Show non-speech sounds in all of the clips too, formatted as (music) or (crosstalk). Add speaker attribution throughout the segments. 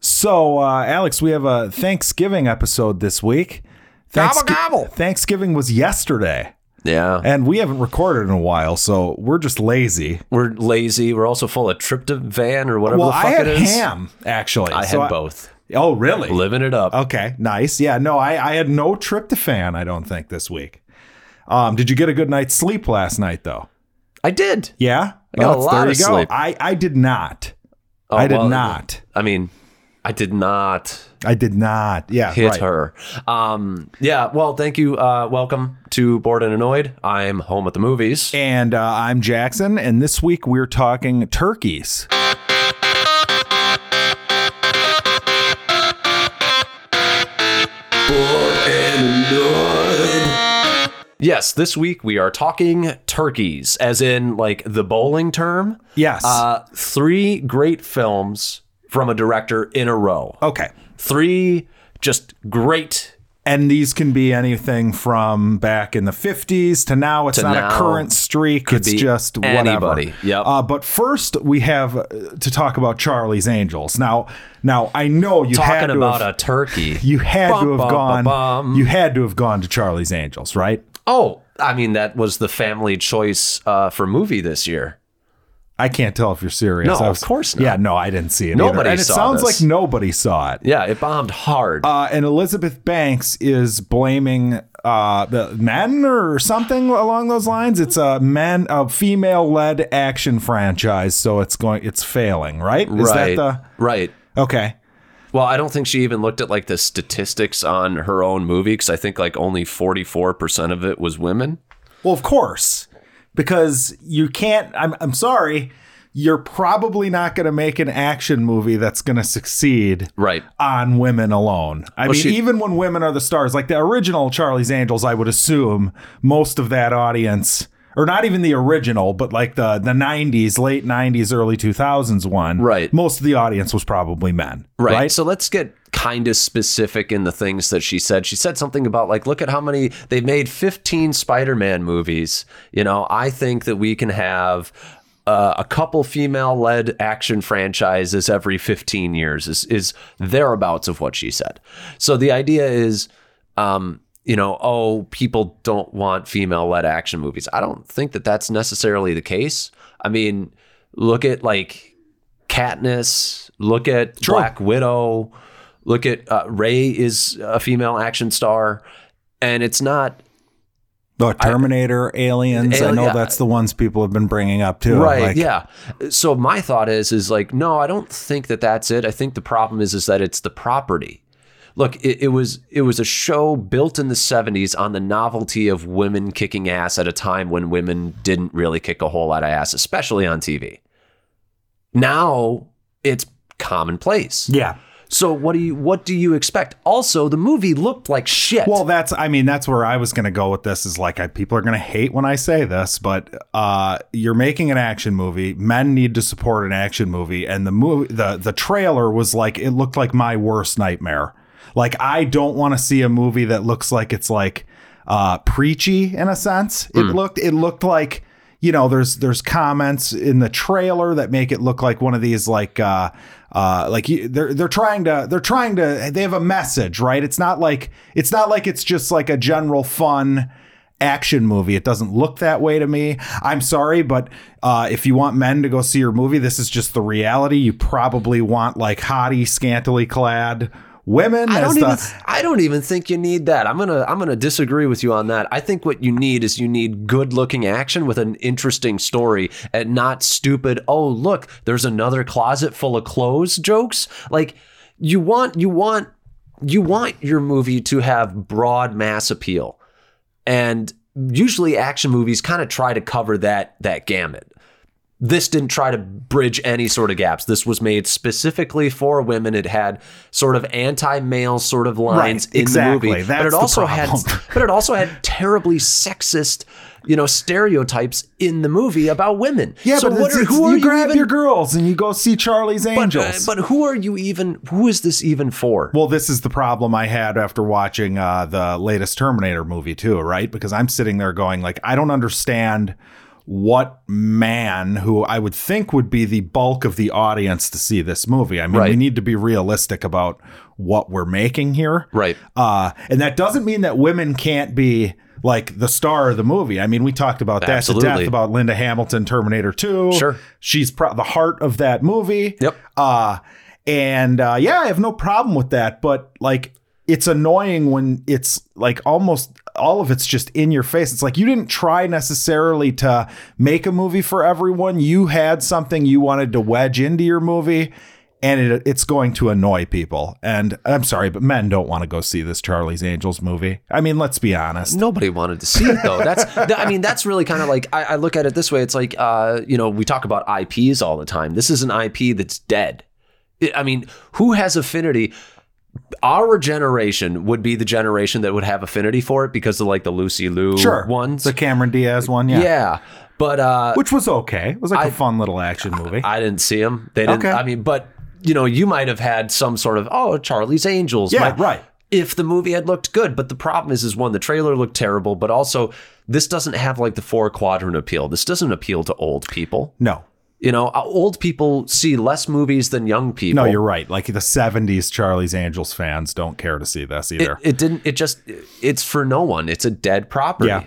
Speaker 1: So, uh, Alex, we have a Thanksgiving episode this week.
Speaker 2: Gobble, gobble.
Speaker 1: Thanksgiving was yesterday,
Speaker 2: Yeah.
Speaker 1: and we haven't recorded in a while, so we're just lazy.
Speaker 2: We're lazy. We're also full of tryptophan or whatever
Speaker 1: Well,
Speaker 2: the fuck
Speaker 1: I had
Speaker 2: it is.
Speaker 1: ham actually.
Speaker 2: I
Speaker 1: so
Speaker 2: had both.
Speaker 1: Oh, really? Uh,
Speaker 2: Living it up.
Speaker 1: Okay, nice. Yeah, no, I, I had no tryptophan. I don't think this week. Um, did you get a good night's sleep last night though?
Speaker 2: I did.
Speaker 1: Yeah,
Speaker 2: I got a lot
Speaker 1: there
Speaker 2: of
Speaker 1: you go.
Speaker 2: sleep. Oh,
Speaker 1: I I did not. I did
Speaker 2: well,
Speaker 1: not.
Speaker 2: I mean, I did not
Speaker 1: I did not. Yeah,
Speaker 2: hit
Speaker 1: right.
Speaker 2: her. Um, yeah. Well, thank you. Uh, welcome to Bored and Annoyed. I'm home at the movies.
Speaker 1: And uh, I'm Jackson, and this week we're talking turkeys.
Speaker 2: Yes, this week we are talking turkeys, as in like the bowling term.
Speaker 1: Yes.
Speaker 2: Uh, three great films from a director in a row.
Speaker 1: okay.
Speaker 2: Three just great
Speaker 1: And these can be anything from back in the 50s to now. It's not a
Speaker 2: now.
Speaker 1: current streak. it's
Speaker 2: be
Speaker 1: just
Speaker 2: anybody.
Speaker 1: whatever.
Speaker 2: Yep.
Speaker 1: Uh, but first, we have uh, to talk about Charlie's Angels. Now, now I know you had
Speaker 2: talking
Speaker 1: to
Speaker 2: about
Speaker 1: have, (laughs)
Speaker 2: a turkey.
Speaker 1: you had
Speaker 2: Bum,
Speaker 1: to have
Speaker 2: bum,
Speaker 1: gone.
Speaker 2: bum, bum.
Speaker 1: You had to have gone to Charlie's Angels, right?
Speaker 2: Oh, I mean that was the family choice uh, for movie this year.
Speaker 1: I can't tell if you're serious.
Speaker 2: No,
Speaker 1: I
Speaker 2: of
Speaker 1: was-
Speaker 2: course not.
Speaker 1: Yeah, no, I didn't see it. either.
Speaker 2: Nobody
Speaker 1: And
Speaker 2: saw
Speaker 1: it sounds
Speaker 2: this.
Speaker 1: like nobody saw it.
Speaker 2: Yeah, it bombed hard.
Speaker 1: Uh, and Elizabeth Banks is blaming uh, the men or something along those lines. It's a men, a female-led action franchise, so it's going, it's failing, right? Is
Speaker 2: right.
Speaker 1: that
Speaker 2: right.
Speaker 1: the okay?
Speaker 2: Well, I don't think she even looked at like the statistics on her own movie because I think like only 44% of it was women.
Speaker 1: Well, of course, because you can't. I'm, I'm sorry, you're probably not going to make an action movie that's going to succeed
Speaker 2: Right.
Speaker 1: on women alone. I mean,
Speaker 2: she-
Speaker 1: even when women are the stars, like the original Charlie's Angels, I would assume most of that audience, or not even the original, but like the the '90s, late '90s, early 2000s one,
Speaker 2: Right.
Speaker 1: Most of the audience was probably men,
Speaker 2: Right.
Speaker 1: right?
Speaker 2: So let's get kind of specific in the things that she said. She said something about like, look at how many they've made 15 Spider-Man movies. You know, I think that we can have uh, a couple female-led action franchises every 15 years is is thereabouts of what she said. So the idea is, um, you know, oh, people don't want female-led action movies. I don't think that that's necessarily the case. I mean, look at like Katniss. Look at Black Widow. Look at uh, Ray is a female action star, and it's not
Speaker 1: The Terminator, Aliens. I
Speaker 2: Ali-
Speaker 1: know
Speaker 2: yeah.
Speaker 1: that's the ones people have been bringing up too.
Speaker 2: right.
Speaker 1: Like,
Speaker 2: yeah. So my thought is, is like, no, I don't think that that's it. I think the problem is, is that it's the property. Look, it, it was it was a show built in the '70s on the novelty of women kicking ass at a time when women didn't really kick a whole lot of ass, especially on TV. Now it's commonplace.
Speaker 1: yeah.
Speaker 2: So what do you what do you expect? Also, the movie looked like shit.
Speaker 1: Well, that's I mean that's where I was going to go with this is like I, people are going to hate when I say this, but uh, you're making an action movie. Men need to support an action movie, and the movie the the trailer was like it looked like my worst nightmare. Like I don't want to see a movie that looks like it's like uh, preachy in a sense. It looked it looked like you know there's there's comments in the trailer that make it look like one of these like uh uh like you, they're they're trying to they're trying to they have a message right it's not like it's not like it's just like a general fun action movie it doesn't look that way to me i'm sorry but uh if you want men to go see your movie this is just the reality you probably want like hottie scantily clad women
Speaker 2: I
Speaker 1: as
Speaker 2: don't
Speaker 1: the,
Speaker 2: even I don't even think you need that. I'm gonna I'm gonna disagree with you on that. I think what you need is you need good looking action with an interesting story and not stupid, oh look, there's another closet full of clothes jokes. Like you want you want you want your movie to have broad mass appeal. and usually action movies kind of try to cover that that gamut this didn't try to bridge any sort of gaps this was made specifically for women it had sort of anti-male sort of lines
Speaker 1: Right,
Speaker 2: in
Speaker 1: exactly.
Speaker 2: the movie
Speaker 1: That's
Speaker 2: but it
Speaker 1: the
Speaker 2: also had
Speaker 1: problem.
Speaker 2: (laughs) but it also had terribly sexist you know stereotypes in the movie about women
Speaker 1: yeah
Speaker 2: so
Speaker 1: but
Speaker 2: what
Speaker 1: it's-
Speaker 2: are,
Speaker 1: it's-
Speaker 2: who are
Speaker 1: you
Speaker 2: you
Speaker 1: grab
Speaker 2: even
Speaker 1: your girls and you go see charlie's
Speaker 2: but,
Speaker 1: angels
Speaker 2: uh, but who are you even who is this even for
Speaker 1: Well, this is the problem I had after watching uh, the latest Terminator movie too, right? Because I'm sitting there going like, I don't understand what man who I would think would be the bulk of the audience to see this movie. I mean,
Speaker 2: Right.
Speaker 1: we need to be realistic about what we're making here.
Speaker 2: Right.
Speaker 1: Uh, and that doesn't mean that women can't be like the star of the movie. I mean, we talked about that to
Speaker 2: Absolutely.
Speaker 1: death about Linda Hamilton, Terminator 2.
Speaker 2: Sure.
Speaker 1: She's pro- the heart of that movie.
Speaker 2: Yep.
Speaker 1: Uh, and uh, yeah, I have no problem with that. But like, it's annoying when it's like almost all of it's just in your face. It's like you didn't try necessarily to make a movie for everyone. You had something you wanted to wedge into your movie, and it, it's going to annoy people. And I'm sorry, but men don't want to go see this Charlie's Angels movie. I mean, let's be honest.
Speaker 2: Nobody wanted to see it though. That's (laughs) that, I mean that's really kind of like I, I look at it this way. It's like uh, you know we talk about IPs all the time. This is an IP that's dead. I- I mean, who has affinity? Our generation would be the generation that would have affinity for it because of like the Lucy Lou
Speaker 1: Sure,
Speaker 2: ones.
Speaker 1: the Cameron Diaz one, yeah,
Speaker 2: yeah. but uh,
Speaker 1: which was okay. It was like a
Speaker 2: I-
Speaker 1: fun little action movie.
Speaker 2: I didn't see them. They didn't.
Speaker 1: Okay.
Speaker 2: I mean, but you know, you might have had some sort of oh Charlie's Angels.
Speaker 1: yeah,
Speaker 2: might-
Speaker 1: right.
Speaker 2: if the movie had looked good. But the problem is, is one, the trailer looked terrible, but also this doesn't have like the four quadrant appeal. This doesn't appeal to old people.
Speaker 1: No,
Speaker 2: You know, uh, old people see less movies than young
Speaker 1: No,
Speaker 2: people.
Speaker 1: you're right. Like the 70s Charlie's Angels fans don't care to see this
Speaker 2: It,
Speaker 1: either.
Speaker 2: it didn't. It just. It's for no one. It's a dead property.
Speaker 1: Yeah.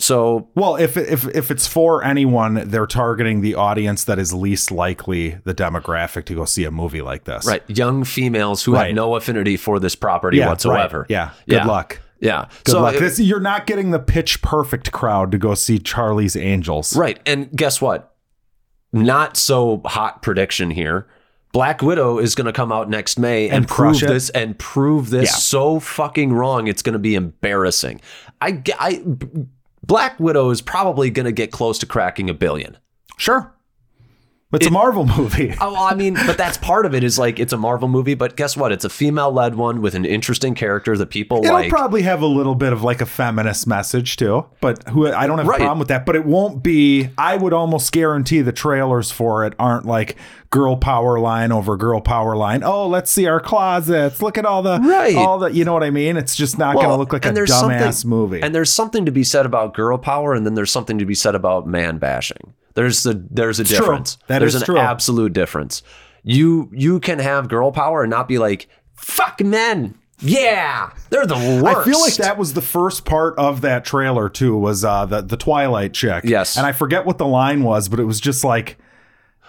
Speaker 2: So
Speaker 1: well, if, if if it's for anyone, they're targeting the audience that is least likely the demographic to go see a movie like this.
Speaker 2: right, young females who
Speaker 1: Right.
Speaker 2: have no affinity for this property
Speaker 1: Yeah,
Speaker 2: whatsoever.
Speaker 1: right. Yeah. Good
Speaker 2: Yeah.
Speaker 1: luck.
Speaker 2: Yeah.
Speaker 1: Good luck.
Speaker 2: it-
Speaker 1: this, you're not getting the pitch perfect crowd to go see Charlie's Angels.
Speaker 2: Right. And guess what? Not so hot prediction here. Black Widow is going to come out next May and,
Speaker 1: And
Speaker 2: prove
Speaker 1: crush it.
Speaker 2: this and prove this
Speaker 1: Yeah.
Speaker 2: so fucking wrong. It's going to be embarrassing. I, g- I- B- Black Widow is probably going to get close to cracking a billion.
Speaker 1: Sure. It's a Marvel (laughs) movie.
Speaker 2: Oh, I mean, but that's part of it is like it's a Marvel movie, but guess what? It's a female led one with an interesting character that people
Speaker 1: It'll
Speaker 2: like.
Speaker 1: probably have a little bit of like a feminist message too, but who I don't have
Speaker 2: Right.
Speaker 1: a problem with that. But it won't be. I would almost guarantee the trailers for it aren't like girl power line over girl power line. Oh, let's see our closets. Look at all the
Speaker 2: Right.
Speaker 1: all the. You know what I mean? It's just not going
Speaker 2: Well,
Speaker 1: to look like a
Speaker 2: and there's
Speaker 1: dumbass
Speaker 2: something-
Speaker 1: movie.
Speaker 2: And there's something to be said about girl power, and then there's something to be said about man bashing. There's a there's a
Speaker 1: true.
Speaker 2: difference.
Speaker 1: That
Speaker 2: there's
Speaker 1: is
Speaker 2: an
Speaker 1: true.
Speaker 2: absolute difference. You you can have girl power and not be like fuck men. Yeah, they're the worst.
Speaker 1: I feel like that was the first part of that trailer too. Was uh, the the Twilight chick?
Speaker 2: Yes.
Speaker 1: and I forget what the line was, but it was just like.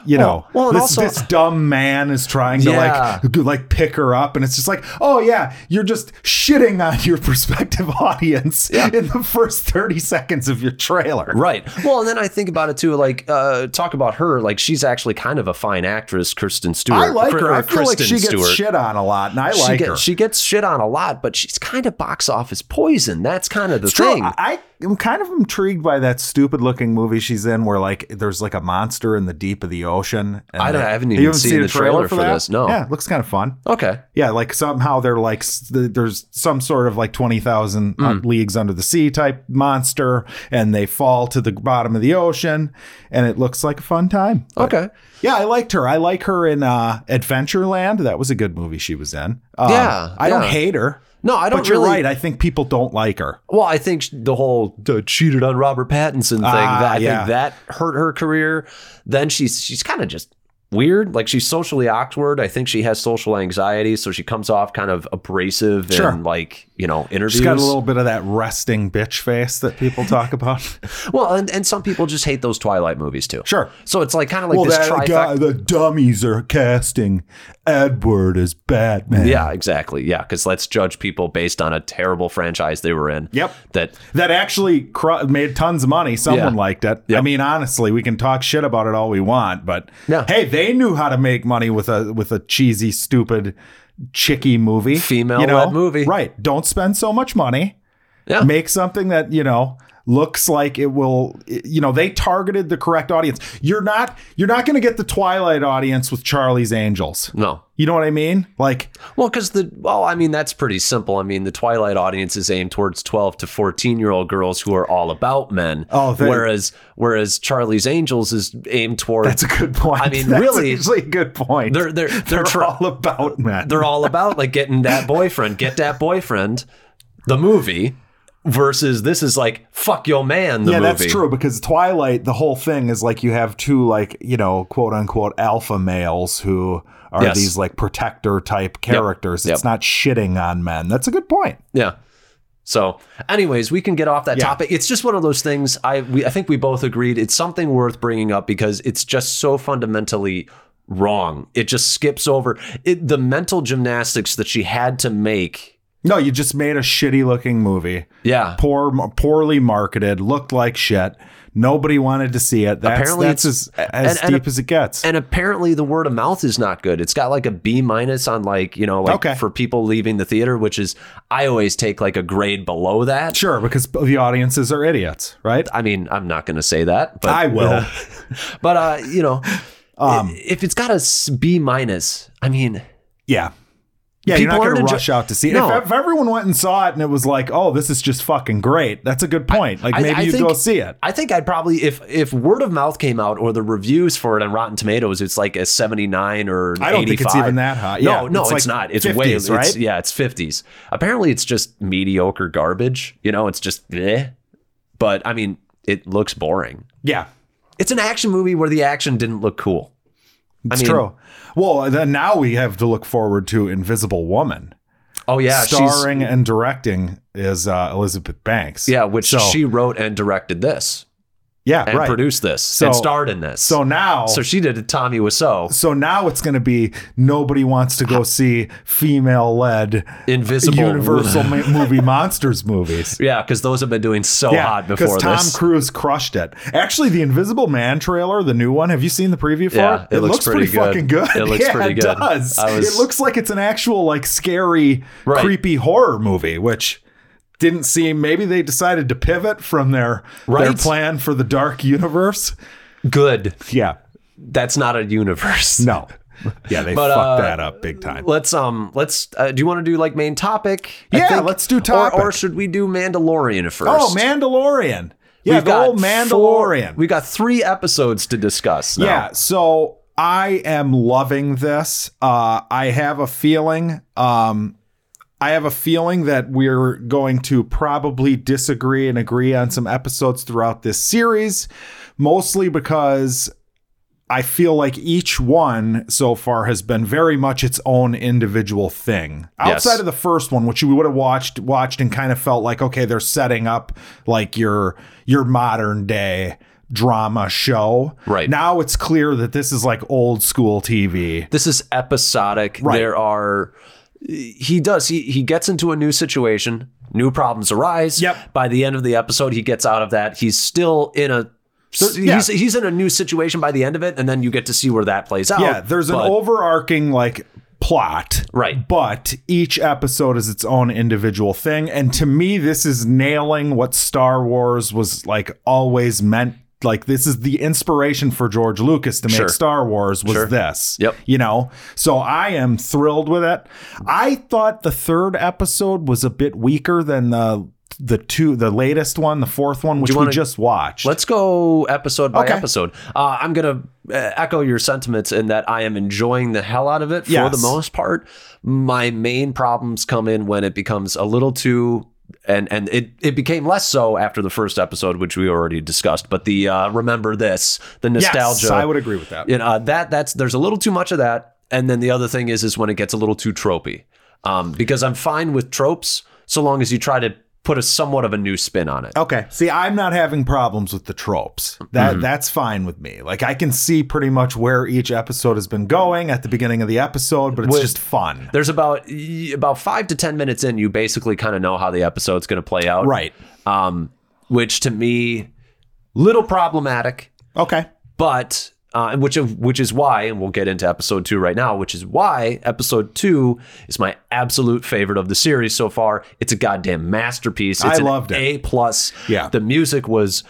Speaker 1: You know,
Speaker 2: well, and
Speaker 1: this,
Speaker 2: also-
Speaker 1: this dumb man is trying to
Speaker 2: Yeah.
Speaker 1: like g- like pick her up, and it's just like, oh yeah, you're just shitting on your (laughs) prospective audience in the first thirty seconds of your trailer.
Speaker 2: Right. Well, and then I think about it too. Like, uh, talk about her. Like, she's actually kind of a fine actress, Kristen Stewart.
Speaker 1: I like her.
Speaker 2: or
Speaker 1: I feel like
Speaker 2: Kristen
Speaker 1: she gets
Speaker 2: Stewart.
Speaker 1: shit on a lot, and I
Speaker 2: she
Speaker 1: like
Speaker 2: gets
Speaker 1: her.
Speaker 2: she gets shit on a lot, but she's kind of box office poison. That's kind of the thing.
Speaker 1: True. I, I am kind of intrigued by that stupid looking movie she's in where like there's like a monster in the deep of the ocean. And
Speaker 2: I don't- I haven't
Speaker 1: you
Speaker 2: even seen
Speaker 1: a
Speaker 2: the trailer for
Speaker 1: that?
Speaker 2: this, no.
Speaker 1: Yeah, it looks kind of fun.
Speaker 2: okay.
Speaker 1: Yeah, like somehow they're like s- th- there's some sort of like 20,000 uh,
Speaker 2: Hmm.
Speaker 1: leagues under the sea type monster and they fall to the bottom of the ocean and it looks like a fun time. But,
Speaker 2: Okay.
Speaker 1: Yeah, I liked her. I like her in uh Adventureland. That was a good movie she was in. Um,
Speaker 2: Yeah,
Speaker 1: I don't
Speaker 2: yeah.
Speaker 1: hate her.
Speaker 2: No, I don't
Speaker 1: But you're
Speaker 2: really.
Speaker 1: right. I think people don't like her.
Speaker 2: Well, I think the whole uh, cheated on Robert Pattinson thing
Speaker 1: Ah,
Speaker 2: that I
Speaker 1: yeah.
Speaker 2: think that hurt her career. Then she's she's kind of just weird. Like she's socially awkward. I think she has social anxiety, so she comes off kind of abrasive
Speaker 1: Sure.
Speaker 2: and like you know interviews.
Speaker 1: She's got a little bit of that resting bitch face that people talk (laughs) about.
Speaker 2: well, and, and some people just hate those Twilight movies too.
Speaker 1: Sure.
Speaker 2: So it's like kind of like
Speaker 1: well,
Speaker 2: this
Speaker 1: that
Speaker 2: trifecta.
Speaker 1: guy, the dummies are casting Edward as Batman.
Speaker 2: yeah, exactly. Yeah, because let's judge people based on a terrible franchise they were in.
Speaker 1: Yep.
Speaker 2: That
Speaker 1: That actually cr- made tons of money. Someone
Speaker 2: Yeah.
Speaker 1: liked it.
Speaker 2: Yep.
Speaker 1: I mean, honestly, we can talk shit about it all we want, but
Speaker 2: No.
Speaker 1: hey, they knew how to make money with a with a cheesy, stupid, chicky movie,
Speaker 2: Female-led movie.
Speaker 1: Right? Don't spend so much money.
Speaker 2: yeah. (laughs)
Speaker 1: make something that you know looks like it will you know they targeted the correct audience you're not you're not going to get the twilight audience with charlie's angels
Speaker 2: no.
Speaker 1: you know what i mean like
Speaker 2: Well, because the well, I mean that's pretty simple. I mean the Twilight audience is aimed towards twelve to fourteen year old girls who are all about men.
Speaker 1: Oh, they-
Speaker 2: whereas whereas Charlie's Angels is aimed towards
Speaker 1: that's a good point
Speaker 2: I
Speaker 1: (laughs)
Speaker 2: mean,
Speaker 1: That's
Speaker 2: really,
Speaker 1: actually a good point
Speaker 2: (laughs) they're
Speaker 1: (laughs)
Speaker 2: they're they're
Speaker 1: They're
Speaker 2: they're, tr-
Speaker 1: all about men
Speaker 2: they're all about like getting that boyfriend, get that boyfriend, the movie, versus this is like fuck your man. The
Speaker 1: yeah,
Speaker 2: movie.
Speaker 1: that's true because Twilight, the whole thing is like you have two like you know quote unquote alpha males who are
Speaker 2: Yes.
Speaker 1: these like protector type characters. It's
Speaker 2: Yep.
Speaker 1: not shitting on men. That's a good point.
Speaker 2: Yeah. So, anyways, we can get off that
Speaker 1: Yeah.
Speaker 2: topic. It's just one of those things. I we, I think we both agreed it's something worth bringing up because it's just so fundamentally wrong. It just skips over it, the mental gymnastics that she had to make.
Speaker 1: No, you just made a shitty looking movie,
Speaker 2: Yeah.
Speaker 1: poor, poorly marketed, looked like shit. Nobody wanted to see it. That's,
Speaker 2: Apparently
Speaker 1: that's
Speaker 2: it's-
Speaker 1: as, as
Speaker 2: and- and-
Speaker 1: deep as it gets.
Speaker 2: And apparently the word of mouth is not good. It's got like a B minus on like, you know, like
Speaker 1: Okay.
Speaker 2: for people leaving the theater, which is I always take like a grade below that.
Speaker 1: sure, because the audiences are idiots, right?
Speaker 2: I mean, I'm not going to say that, but
Speaker 1: I will.
Speaker 2: but uh, you know,
Speaker 1: Um,
Speaker 2: i- if it's got a s- B minus, I mean,
Speaker 1: Yeah. Yeah, you're not
Speaker 2: People aren't
Speaker 1: going to
Speaker 2: enjoy-
Speaker 1: rush out to see it.
Speaker 2: No.
Speaker 1: If, if everyone went and saw it and it was like, oh, this is just fucking great, that's a good point. Like,
Speaker 2: I-
Speaker 1: maybe
Speaker 2: I
Speaker 1: you'd
Speaker 2: think-
Speaker 1: go see it.
Speaker 2: I think I'd probably if if word of mouth came out or the reviews for it on Rotten Tomatoes, it's like a seventy nine or an
Speaker 1: I don't think it's
Speaker 2: 85.
Speaker 1: even that high.
Speaker 2: No,
Speaker 1: Yeah,
Speaker 2: no,
Speaker 1: it's
Speaker 2: it's,
Speaker 1: like
Speaker 2: not. It's way
Speaker 1: 50s, right?
Speaker 2: It's, yeah, it's fifties. Apparently, it's just mediocre garbage. You know, it's just eh. But I mean, it looks boring.
Speaker 1: Yeah,
Speaker 2: It's an action movie where the action didn't look cool.
Speaker 1: it's
Speaker 2: mean-
Speaker 1: true. Well, then now we have to look forward to Invisible Woman.
Speaker 2: Oh yeah, she's
Speaker 1: Starring and directing is uh, Elizabeth Banks.
Speaker 2: yeah, which
Speaker 1: So-
Speaker 2: she wrote and directed this
Speaker 1: yeah,
Speaker 2: and
Speaker 1: right.
Speaker 2: produced this and starred in this.
Speaker 1: so now,
Speaker 2: so
Speaker 1: so,
Speaker 2: she did a Tommy Wiseau
Speaker 1: now it's going to be nobody wants to go see female-led
Speaker 2: Invisible (laughs)
Speaker 1: Universal mo- movie monsters movies.
Speaker 2: Yeah, because those have been doing so hot before
Speaker 1: Tom
Speaker 2: this.
Speaker 1: Cruise crushed it. Actually, the Invisible Man trailer, the new one. Have you seen the preview for
Speaker 2: Yeah,
Speaker 1: it?
Speaker 2: it looks pretty good.
Speaker 1: fucking good.
Speaker 2: It
Speaker 1: (laughs)
Speaker 2: looks
Speaker 1: yeah,
Speaker 2: pretty
Speaker 1: It
Speaker 2: good.
Speaker 1: does.
Speaker 2: I was-
Speaker 1: It looks like it's an actual like scary,
Speaker 2: Right.
Speaker 1: creepy horror movie, which didn't seem. Maybe they decided to pivot from their their
Speaker 2: Right.
Speaker 1: plan for the dark universe.
Speaker 2: Good.
Speaker 1: Yeah.
Speaker 2: That's not a universe.
Speaker 1: No. Yeah, they
Speaker 2: But,
Speaker 1: fucked
Speaker 2: uh,
Speaker 1: that up big time.
Speaker 2: Let's um. Let's. Uh, do you want to do like main topic? I
Speaker 1: Yeah,
Speaker 2: think-
Speaker 1: let's do topic.
Speaker 2: Or, or should we do Mandalorian first?
Speaker 1: Oh, Mandalorian. Yeah,
Speaker 2: We've
Speaker 1: the
Speaker 2: got
Speaker 1: old Mandalorian.
Speaker 2: Four, we got three episodes to discuss. Now.
Speaker 1: Yeah, so I am loving this. Uh, I have a feeling. Um, I have a feeling that we're going to probably disagree and agree on some episodes throughout this series, mostly because I feel like each one so far has been very much its own individual thing.
Speaker 2: Yes.
Speaker 1: Outside of the first one, which we would have watched watched and kind of felt like, okay, they're setting up like your your modern day drama show.
Speaker 2: Right.
Speaker 1: Now it's clear that this is like old school TV.
Speaker 2: This is episodic.
Speaker 1: Right.
Speaker 2: There are. He does. He he gets into a new situation. New problems arise.
Speaker 1: Yep.
Speaker 2: By the end of the episode, he gets out of that. He's still in a.
Speaker 1: yeah.
Speaker 2: He's, he's in a new situation by the end of it, and then you get to see where that plays out.
Speaker 1: Yeah, there's an
Speaker 2: but-
Speaker 1: overarching like plot.
Speaker 2: Right.
Speaker 1: But each episode is its own individual thing. And to me, this is nailing what Star Wars was like always meant. Like this is the inspiration for George Lucas to make
Speaker 2: Sure.
Speaker 1: Star Wars was
Speaker 2: Sure.
Speaker 1: this.
Speaker 2: Yep.
Speaker 1: You know? So I am thrilled with it. I thought the third episode was a bit weaker than the the two the latest one, the fourth one, which
Speaker 2: you
Speaker 1: we
Speaker 2: wanna-
Speaker 1: just watched.
Speaker 2: Let's go episode by
Speaker 1: Okay.
Speaker 2: episode. Uh, I'm going to uh, echo your sentiments in that I am enjoying the hell out of it for
Speaker 1: Yes.
Speaker 2: the most part. My main problems come in when it becomes a little too. And and it, it became less so after the first episode, which we already discussed. But the uh, remember this, the nostalgia,
Speaker 1: Yes, I would agree with that.
Speaker 2: you know, uh, that that's there's a little too much of that. And then the other thing is is when it gets a little too tropey, um, because I'm fine with tropes so long as you try to put a somewhat of a new spin on it.
Speaker 1: Okay. See, I'm not having problems with the tropes. That
Speaker 2: Mm-hmm.
Speaker 1: that's fine with me. Like I can see pretty much where each episode has been going at the beginning of the episode, but it's
Speaker 2: With-
Speaker 1: just fun.
Speaker 2: there's about y- about five to ten minutes in, you basically kind of know how the episode's going to play out,
Speaker 1: Right.
Speaker 2: Um, which to me, little problematic,
Speaker 1: Okay.
Speaker 2: but uh, and which of which is why, and we'll get into episode two right now, which is why episode two is my absolute favorite of the series so far. It's a goddamn masterpiece. It's
Speaker 1: I
Speaker 2: an
Speaker 1: loved it.
Speaker 2: A plus.
Speaker 1: Yeah.
Speaker 2: the music was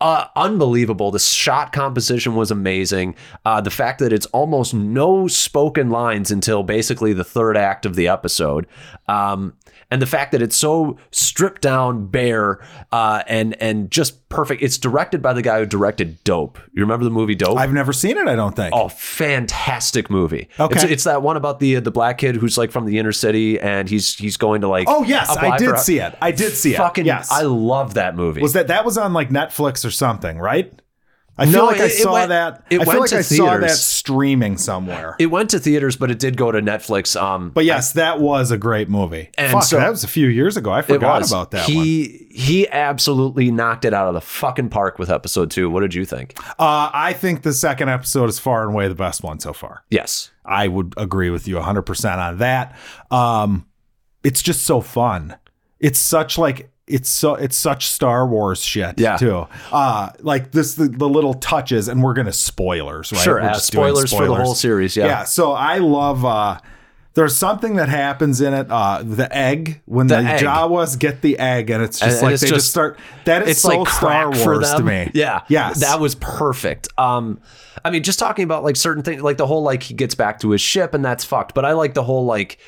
Speaker 2: uh, unbelievable. The shot composition was amazing. Uh, the fact that it's almost no spoken lines until basically the third act of the episode, um, and the fact that it's so stripped down, bare, uh, and and just perfect. It's directed by the guy who directed Dope. You remember the movie Dope?
Speaker 1: I've never seen it. I don't think.
Speaker 2: Oh, fantastic movie!
Speaker 1: Okay.
Speaker 2: it's, it's that one about the the black kid who's like from the inner city, and he's he's going to like.
Speaker 1: Oh, yes, I
Speaker 2: apply
Speaker 1: did
Speaker 2: for-
Speaker 1: see it. I did see it.
Speaker 2: Fucking,
Speaker 1: Yes.
Speaker 2: I love that movie.
Speaker 1: Was that that was on like Netflix or something, right? I feel
Speaker 2: No,
Speaker 1: like I
Speaker 2: it- it
Speaker 1: saw
Speaker 2: went-
Speaker 1: that.
Speaker 2: it
Speaker 1: I feel
Speaker 2: went
Speaker 1: like
Speaker 2: to
Speaker 1: I saw that
Speaker 2: theaters.
Speaker 1: streaming somewhere.
Speaker 2: It went to theaters, but it did go to Netflix. Um,
Speaker 1: but yes, that was a great movie.
Speaker 2: And
Speaker 1: Fuck,
Speaker 2: so-
Speaker 1: that was a few years ago. I
Speaker 2: it
Speaker 1: forgot
Speaker 2: was.
Speaker 1: about that one.
Speaker 2: He he absolutely knocked it out of the fucking park with episode two. What did you think?
Speaker 1: Uh, I think the second episode is far and away the best one so far.
Speaker 2: Yes,
Speaker 1: I would agree with you 100% on that. Um, it's just so fun. It's such like it's so it's such Star Wars shit
Speaker 2: Yeah.
Speaker 1: too. Uh like this the, the little touches and we're going to spoilers, right?
Speaker 2: sure.
Speaker 1: We're
Speaker 2: uh,
Speaker 1: just doing
Speaker 2: spoilers, for the whole series. Yeah.
Speaker 1: yeah. so I love uh there's something that happens in it. Uh, the egg when the,
Speaker 2: The egg.
Speaker 1: Jawas get the egg, and it's just
Speaker 2: And
Speaker 1: like
Speaker 2: it's
Speaker 1: they just,
Speaker 2: just-
Speaker 1: start. That is
Speaker 2: It's
Speaker 1: so
Speaker 2: like
Speaker 1: Star
Speaker 2: crack for
Speaker 1: Wars
Speaker 2: them.
Speaker 1: to me.
Speaker 2: Yeah,
Speaker 1: Yes.
Speaker 2: that was perfect. Um, I mean, just talking about like certain things, like the whole like he gets back to his ship and that's fucked. But I like the whole like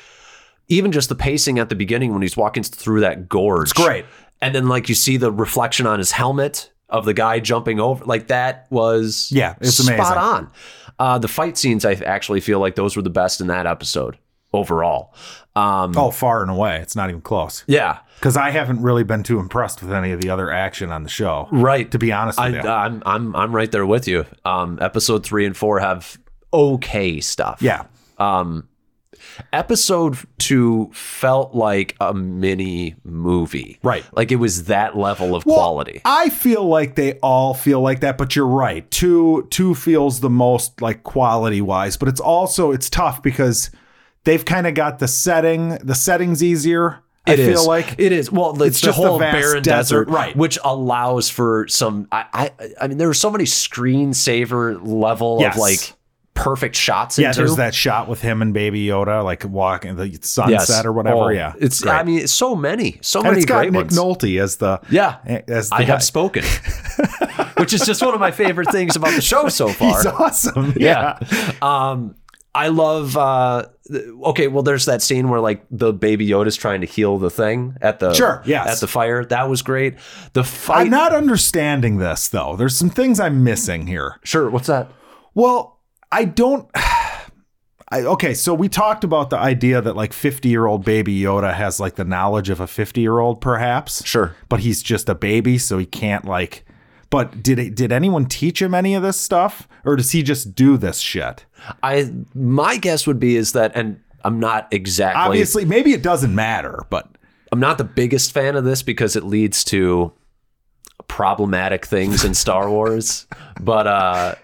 Speaker 2: even just the pacing at the beginning when he's walking through that gorge. It's
Speaker 1: great.
Speaker 2: And then like you see the reflection on his helmet of the guy jumping over, like that was
Speaker 1: Yeah, it's
Speaker 2: spot
Speaker 1: amazing.
Speaker 2: on. Uh, the fight scenes, I actually feel like those were the best in that episode overall. Um,
Speaker 1: Oh, far and away. It's not even close.
Speaker 2: yeah,
Speaker 1: Because I haven't really been too impressed with any of the other action on the show.
Speaker 2: right.
Speaker 1: To be honest with
Speaker 2: I, uh,
Speaker 1: you.
Speaker 2: I'm I'm I'm right there with you. Um, episode three and four have okay stuff.
Speaker 1: yeah.
Speaker 2: Um, episode two felt like a mini movie.
Speaker 1: Right.
Speaker 2: Like it was that level of quality.
Speaker 1: I feel like they all feel like that, but you're right. Two two feels the most like quality wise, but it's also it's tough because they've kind of got the setting. The setting's easier. I
Speaker 2: It is.
Speaker 1: feel like
Speaker 2: it is. Well, it's, the
Speaker 1: just the
Speaker 2: whole
Speaker 1: vast
Speaker 2: barren
Speaker 1: desert,
Speaker 2: desert,
Speaker 1: right.
Speaker 2: Which allows for some. I, I, I mean, there were so many screensaver level
Speaker 1: Yes.
Speaker 2: of like perfect shots.
Speaker 1: yeah,
Speaker 2: into.
Speaker 1: there's that shot with him and Baby Yoda like walking the sunset or whatever.
Speaker 2: Oh,
Speaker 1: yeah,
Speaker 2: it's.
Speaker 1: great.
Speaker 2: I mean, it's so many, so
Speaker 1: and
Speaker 2: many
Speaker 1: it's got
Speaker 2: great
Speaker 1: Nick
Speaker 2: ones.
Speaker 1: Nolte as the
Speaker 2: yeah,
Speaker 1: as (laughs) the
Speaker 2: I
Speaker 1: guy.
Speaker 2: have spoken, which is just one of my favorite things about the show so
Speaker 1: (laughs)
Speaker 2: far.
Speaker 1: He's awesome.
Speaker 2: yeah. Um, I love. Uh, th- okay, well, there's that scene where like the baby Yoda's trying to heal the thing at the
Speaker 1: Sure, yes.
Speaker 2: at the fire. That was great. The fight.
Speaker 1: I'm not understanding this though. There's some things I'm missing here.
Speaker 2: sure. What's that?
Speaker 1: Well, I don't. (sighs) I, okay, so we talked about the idea that like 50 year old baby Yoda has like the knowledge of a 50 year old, perhaps,
Speaker 2: Sure.
Speaker 1: but he's just a baby, so he can't like. But did it, did anyone teach him any of this stuff, or does he just do this shit?
Speaker 2: I my guess would be is that, and I'm not exactly.
Speaker 1: Obviously, maybe it doesn't matter, but
Speaker 2: I'm not the biggest fan of this because it leads to problematic things in Star
Speaker 1: (laughs)
Speaker 2: Wars, but uh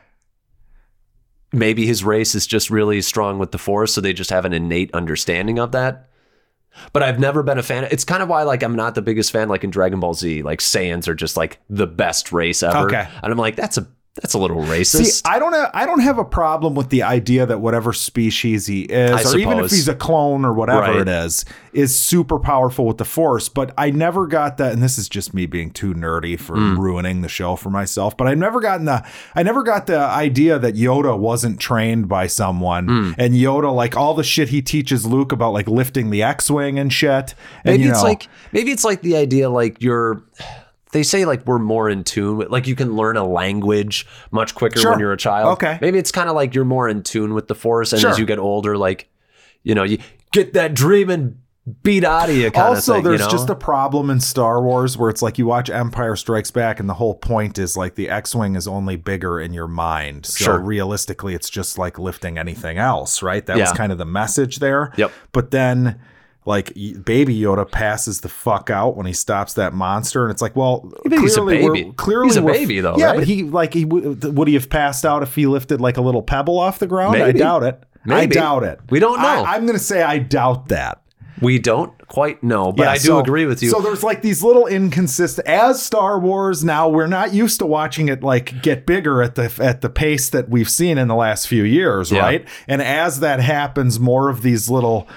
Speaker 2: maybe his race is just really strong with the force so they just have an innate understanding of that. But I've never been a fan. It's kind of why like I'm not the biggest fan like in Dragon Ball Z, like Saiyans are just like the best race ever.
Speaker 1: Okay.
Speaker 2: And I'm like that's a that's a little racist.
Speaker 1: See, I don't have, I don't have a problem with the idea that whatever species he is, or
Speaker 2: I
Speaker 1: even if
Speaker 2: suppose.
Speaker 1: he's a clone or whatever
Speaker 2: Right.
Speaker 1: it is, is super powerful with the force. But I never got that, and this is just me being too nerdy for
Speaker 2: Hmm.
Speaker 1: ruining the show for myself. But I never gotten the I never got the idea that Yoda wasn't trained by someone,
Speaker 2: Hmm.
Speaker 1: and Yoda like all the shit he teaches Luke about like lifting the X-wing and shit. And,
Speaker 2: maybe
Speaker 1: you
Speaker 2: it's
Speaker 1: know,
Speaker 2: like maybe it's like the idea like you're they say like we're more in tune with like you can learn a language much quicker
Speaker 1: Sure.
Speaker 2: when you're a child
Speaker 1: Okay.
Speaker 2: maybe it's kind of like you're more in tune with the force and
Speaker 1: Sure.
Speaker 2: as you get older like you know you get that dreaming beat out of you kind
Speaker 1: also,
Speaker 2: of thing
Speaker 1: there's
Speaker 2: you know?
Speaker 1: just a problem in Star Wars where it's like you watch Empire Strikes Back, and the whole point is like the X-wing is only bigger in your mind. So
Speaker 2: Sure.
Speaker 1: realistically, it's just like lifting anything else, right? That was
Speaker 2: Yeah.
Speaker 1: kind of the message there.
Speaker 2: Yep.
Speaker 1: But then, like y- Baby Yoda passes the fuck out when he stops that monster, and it's like, well,
Speaker 2: but he's a
Speaker 1: clearly we're
Speaker 2: baby.
Speaker 1: clearly
Speaker 2: He's a
Speaker 1: we're-
Speaker 2: baby, though,
Speaker 1: Yeah,
Speaker 2: right?
Speaker 1: but he like he w- would he have passed out if he lifted like a little pebble off the ground? I
Speaker 2: Maybe.
Speaker 1: doubt it. I
Speaker 2: Maybe.
Speaker 1: doubt it.
Speaker 2: We don't
Speaker 1: I-
Speaker 2: know.
Speaker 1: I'm gonna say I doubt that.
Speaker 2: we don't quite know but
Speaker 1: Yeah,
Speaker 2: i do
Speaker 1: so-
Speaker 2: agree with you
Speaker 1: So there's like these little inconsistent as Star Wars now we're not used to watching it like get bigger at the at the pace that we've seen in the last few years,
Speaker 2: Yeah.
Speaker 1: right? And as that happens more of these little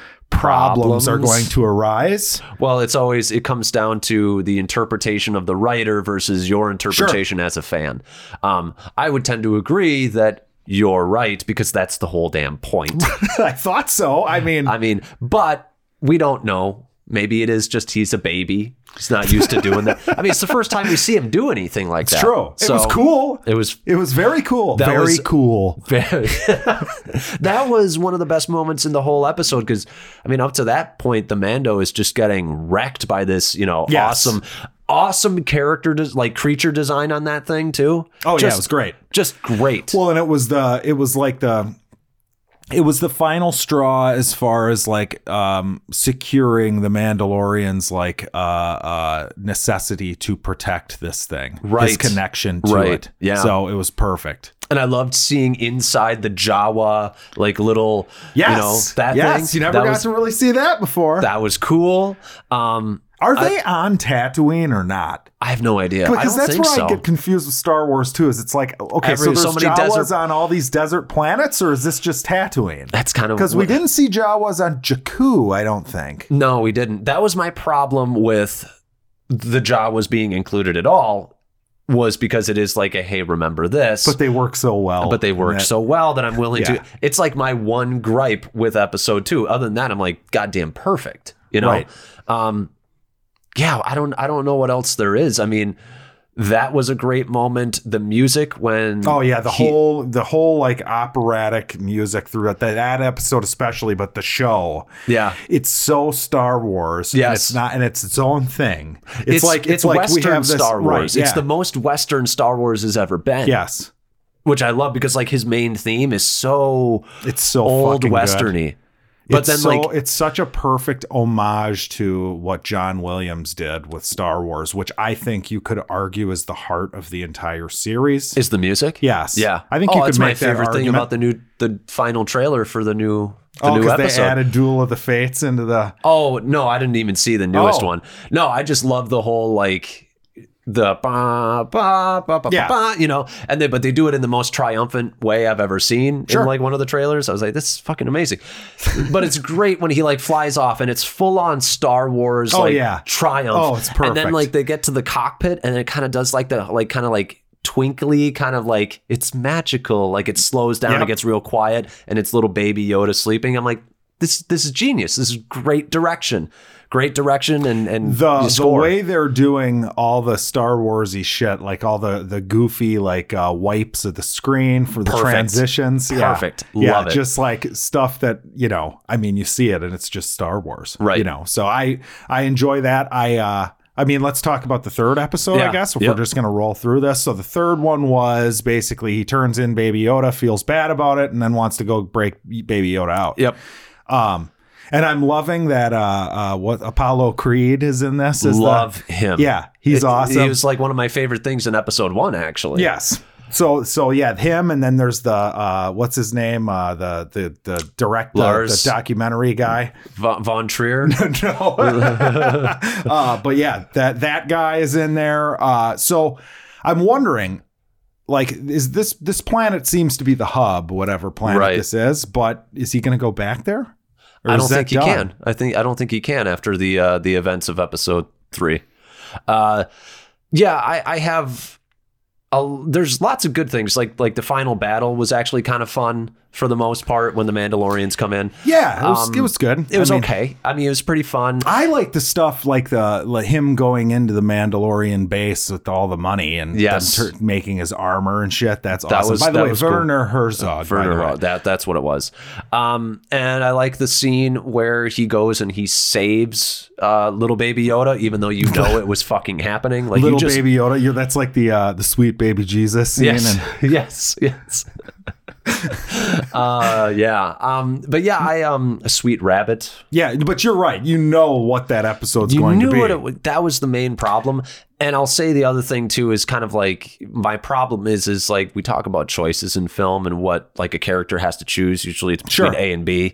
Speaker 1: problems, are going to arise. (laughs)
Speaker 2: Well, it's always it comes down to the interpretation of the writer versus your interpretation as a fan. Um, I would tend to agree that you're right because that's the whole damn point.
Speaker 1: (laughs) I thought so. I mean,
Speaker 2: I mean, but we don't know. Maybe it is just he's a baby. He's not used to doing that. I mean, it's the first time we see him do anything like that.
Speaker 1: it's true.
Speaker 2: So
Speaker 1: it was cool.
Speaker 2: It was
Speaker 1: It was very cool.
Speaker 2: That
Speaker 1: Very
Speaker 2: was-
Speaker 1: cool.
Speaker 2: Very- (laughs) that was one of the best moments in the whole episode because I mean, up to that point, the Mando is just getting wrecked by this, you know,
Speaker 1: Yes.
Speaker 2: awesome, awesome character des- like creature design on that thing too.
Speaker 1: Oh yeah,
Speaker 2: Just-
Speaker 1: it was great.
Speaker 2: Just great.
Speaker 1: Well, and it was the it was like the it was the final straw as far as like um securing the Mandalorians like uh uh necessity to protect this thing. This
Speaker 2: Right.
Speaker 1: connection to
Speaker 2: Right.
Speaker 1: it.
Speaker 2: Yeah.
Speaker 1: So it was perfect.
Speaker 2: and I loved seeing inside the Jawa, like little,
Speaker 1: Yes.
Speaker 2: you know, that
Speaker 1: yes,
Speaker 2: thing.
Speaker 1: you never
Speaker 2: that
Speaker 1: got
Speaker 2: was,
Speaker 1: to really see that before.
Speaker 2: That was cool. Um,
Speaker 1: Are they on Tatooine or not?
Speaker 2: I have no idea. I
Speaker 1: Because
Speaker 2: don't
Speaker 1: that's
Speaker 2: think
Speaker 1: where
Speaker 2: so.
Speaker 1: I get confused with Star Wars too. Is it's like okay, so
Speaker 2: Every-
Speaker 1: there's
Speaker 2: so many
Speaker 1: Jawas
Speaker 2: desert-
Speaker 1: on all these desert planets, or is this just Tatooine?
Speaker 2: that's kind of
Speaker 1: Because we didn't see Jawas on Jakku, I don't think.
Speaker 2: No, we didn't. That was my problem with the Jawas being included at all was because it is like a hey, remember this.
Speaker 1: But they work so well.
Speaker 2: But they work so well that I'm willing
Speaker 1: Yeah.
Speaker 2: to. It's like my one gripe with episode two. Other than that, I'm like, goddamn perfect. You know.
Speaker 1: Right.
Speaker 2: Um, yeah, I don't. I don't know what else there is. I mean, that was a great moment. The music when.
Speaker 1: Oh yeah, the
Speaker 2: he-
Speaker 1: whole the whole like operatic music throughout that, that episode especially, but the show.
Speaker 2: Yeah.
Speaker 1: It's so Star Wars. and
Speaker 2: Yes.
Speaker 1: it's not, and it's its own thing. It's,
Speaker 2: It's,
Speaker 1: like it's, like
Speaker 2: Western
Speaker 1: we have this,
Speaker 2: Star
Speaker 1: right,
Speaker 2: Wars.
Speaker 1: yeah.
Speaker 2: It's the most Western Star Wars has ever been.
Speaker 1: yes.
Speaker 2: which I love because like his main theme is so
Speaker 1: It's so
Speaker 2: old
Speaker 1: fucking good.
Speaker 2: westerny. But
Speaker 1: It's
Speaker 2: then
Speaker 1: so-
Speaker 2: like
Speaker 1: it's such a perfect homage to what John Williams did with Star Wars, which I think you could argue is the heart of the entire series.
Speaker 2: is the music?
Speaker 1: Yes.
Speaker 2: Yeah.
Speaker 1: I think
Speaker 2: oh,
Speaker 1: you could
Speaker 2: it's
Speaker 1: make
Speaker 2: my
Speaker 1: that
Speaker 2: favorite thing
Speaker 1: argument.
Speaker 2: about the new the final trailer for the new the
Speaker 1: Oh,
Speaker 2: new
Speaker 1: because
Speaker 2: episode.
Speaker 1: they added Duel of the Fates into the
Speaker 2: oh, no, I didn't even see the newest
Speaker 1: Oh.
Speaker 2: one. No, I just love the whole like the ba ba ba ba
Speaker 1: Yeah.
Speaker 2: ba, you know, and they but they do it in the most triumphant way I've ever seen
Speaker 1: Sure.
Speaker 2: in like one of the trailers. I was like, this is fucking amazing. but it's great when he like flies off and it's full on Star Wars
Speaker 1: Oh,
Speaker 2: like
Speaker 1: yeah.
Speaker 2: triumph.
Speaker 1: Oh, it's
Speaker 2: And
Speaker 1: perfect.
Speaker 2: then like they get to the cockpit and it kind of does like the like kind of like twinkly kind of like it's magical. Like it slows down,
Speaker 1: Yep.
Speaker 2: it gets real quiet, and it's little baby Yoda sleeping. I'm like, this this is genius. This is great direction, great direction, and and
Speaker 1: the,
Speaker 2: you
Speaker 1: the
Speaker 2: score.
Speaker 1: way they're doing all the Star Warsy shit, like all the the goofy like uh, wipes of the screen for the
Speaker 2: Perfect.
Speaker 1: transitions. Yeah.
Speaker 2: Perfect.
Speaker 1: Yeah,
Speaker 2: Love it.
Speaker 1: just like stuff that you know. I mean, you see it, and it's just Star Wars,
Speaker 2: Right.
Speaker 1: You know. So I I enjoy that. I uh I mean, let's talk about the third episode. I
Speaker 2: Yeah.
Speaker 1: guess if
Speaker 2: Yep.
Speaker 1: we're just gonna roll through this. So the third one was basically he turns in Baby Yoda, feels bad about it, and then wants to go break Baby Yoda out.
Speaker 2: Yep.
Speaker 1: Um, and I'm loving that uh, uh, what Apollo Creed is in this. Is the-
Speaker 2: Love him.
Speaker 1: yeah, he's
Speaker 2: It-
Speaker 1: awesome.
Speaker 2: He was like one of my favorite things in episode one, actually.
Speaker 1: yes. So so yeah, him and then there's the uh, what's his name? Uh, the the the director, the
Speaker 2: Lars.
Speaker 1: documentary guy. (laughs)
Speaker 2: Von, Von Trier. (laughs)
Speaker 1: no. uh, but yeah, that that guy is in there. Uh, so I'm wondering, like, is this this planet seems to be the hub, whatever planet
Speaker 2: Right.
Speaker 1: this is? But is he going to go back there? Or
Speaker 2: I
Speaker 1: is
Speaker 2: don't
Speaker 1: that
Speaker 2: think he
Speaker 1: done?
Speaker 2: can. I think I don't think he can after the uh, the events of episode three. Uh, yeah, I, I have. A, there's lots of good things. Like like the final battle was actually kind of fun for the most part when the Mandalorians come in.
Speaker 1: Yeah, it was,
Speaker 2: Um,
Speaker 1: it was good.
Speaker 2: It was
Speaker 1: I mean,
Speaker 2: okay. I mean, it was pretty fun.
Speaker 1: I like the stuff like the like him going into the Mandalorian base with all the money and
Speaker 2: Yes.
Speaker 1: them tur- making his armor and shit. That's
Speaker 2: That
Speaker 1: awesome.
Speaker 2: was-
Speaker 1: by the
Speaker 2: that
Speaker 1: way,
Speaker 2: was cool.
Speaker 1: Werner Herzog. by the
Speaker 2: Werner
Speaker 1: way.
Speaker 2: Ra- that that's what it was. Um, and I like the scene where he goes and he saves uh, little baby Yoda, even though
Speaker 1: (laughs)
Speaker 2: you know it was fucking happening. Like
Speaker 1: Little
Speaker 2: you just,
Speaker 1: baby Yoda, you that's like the uh, the sweet baby Jesus scene.
Speaker 2: Yes.
Speaker 1: And
Speaker 2: (laughs) yes. Yes. uh, yeah. Um, but yeah, I um, a sweet rabbit.
Speaker 1: yeah, but you're right. You know what that episode's
Speaker 2: You
Speaker 1: going
Speaker 2: knew
Speaker 1: to be.
Speaker 2: what it was. That was the main problem. And I'll say the other thing too is kind of like my problem is is like we talk about choices in film and what like a character has to choose. Usually it's between
Speaker 1: Sure.
Speaker 2: A and B.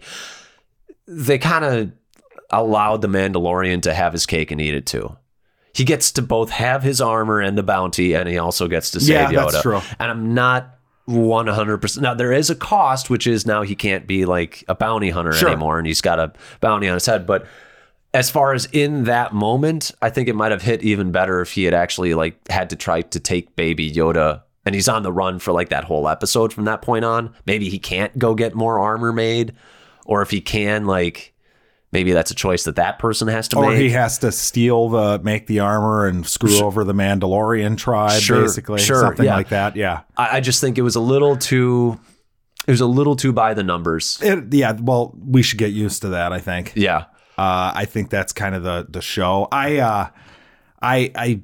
Speaker 2: They kind of allowed the Mandalorian to have his cake and eat it too. He gets to both have his armor and the bounty, and he also gets to
Speaker 1: yeah,
Speaker 2: save Yoda
Speaker 1: that's true.
Speaker 2: and I'm not One hundred percent. Now there is a cost, which is now he can't be like a bounty hunter
Speaker 1: Sure.
Speaker 2: anymore, and he's got a bounty on his head. But as far as in that moment, I think it might have hit even better if he had actually like had to try to take Baby Yoda, and he's on the run for like that whole episode from that point on. Maybe he can't go get more armor made, or if he can, like maybe that's a choice that that person has to
Speaker 1: Or
Speaker 2: make.
Speaker 1: he has to steal the make the armor and screw over the Mandalorian tribe,
Speaker 2: Sure,
Speaker 1: basically,
Speaker 2: sure,
Speaker 1: something
Speaker 2: yeah.
Speaker 1: like that. Yeah,
Speaker 2: I, I just think it was a little too, it was a little too by the numbers.
Speaker 1: it, yeah. Well, we should get used to that. I think.
Speaker 2: Yeah.
Speaker 1: Uh, I think that's kind of the the show. I uh, I I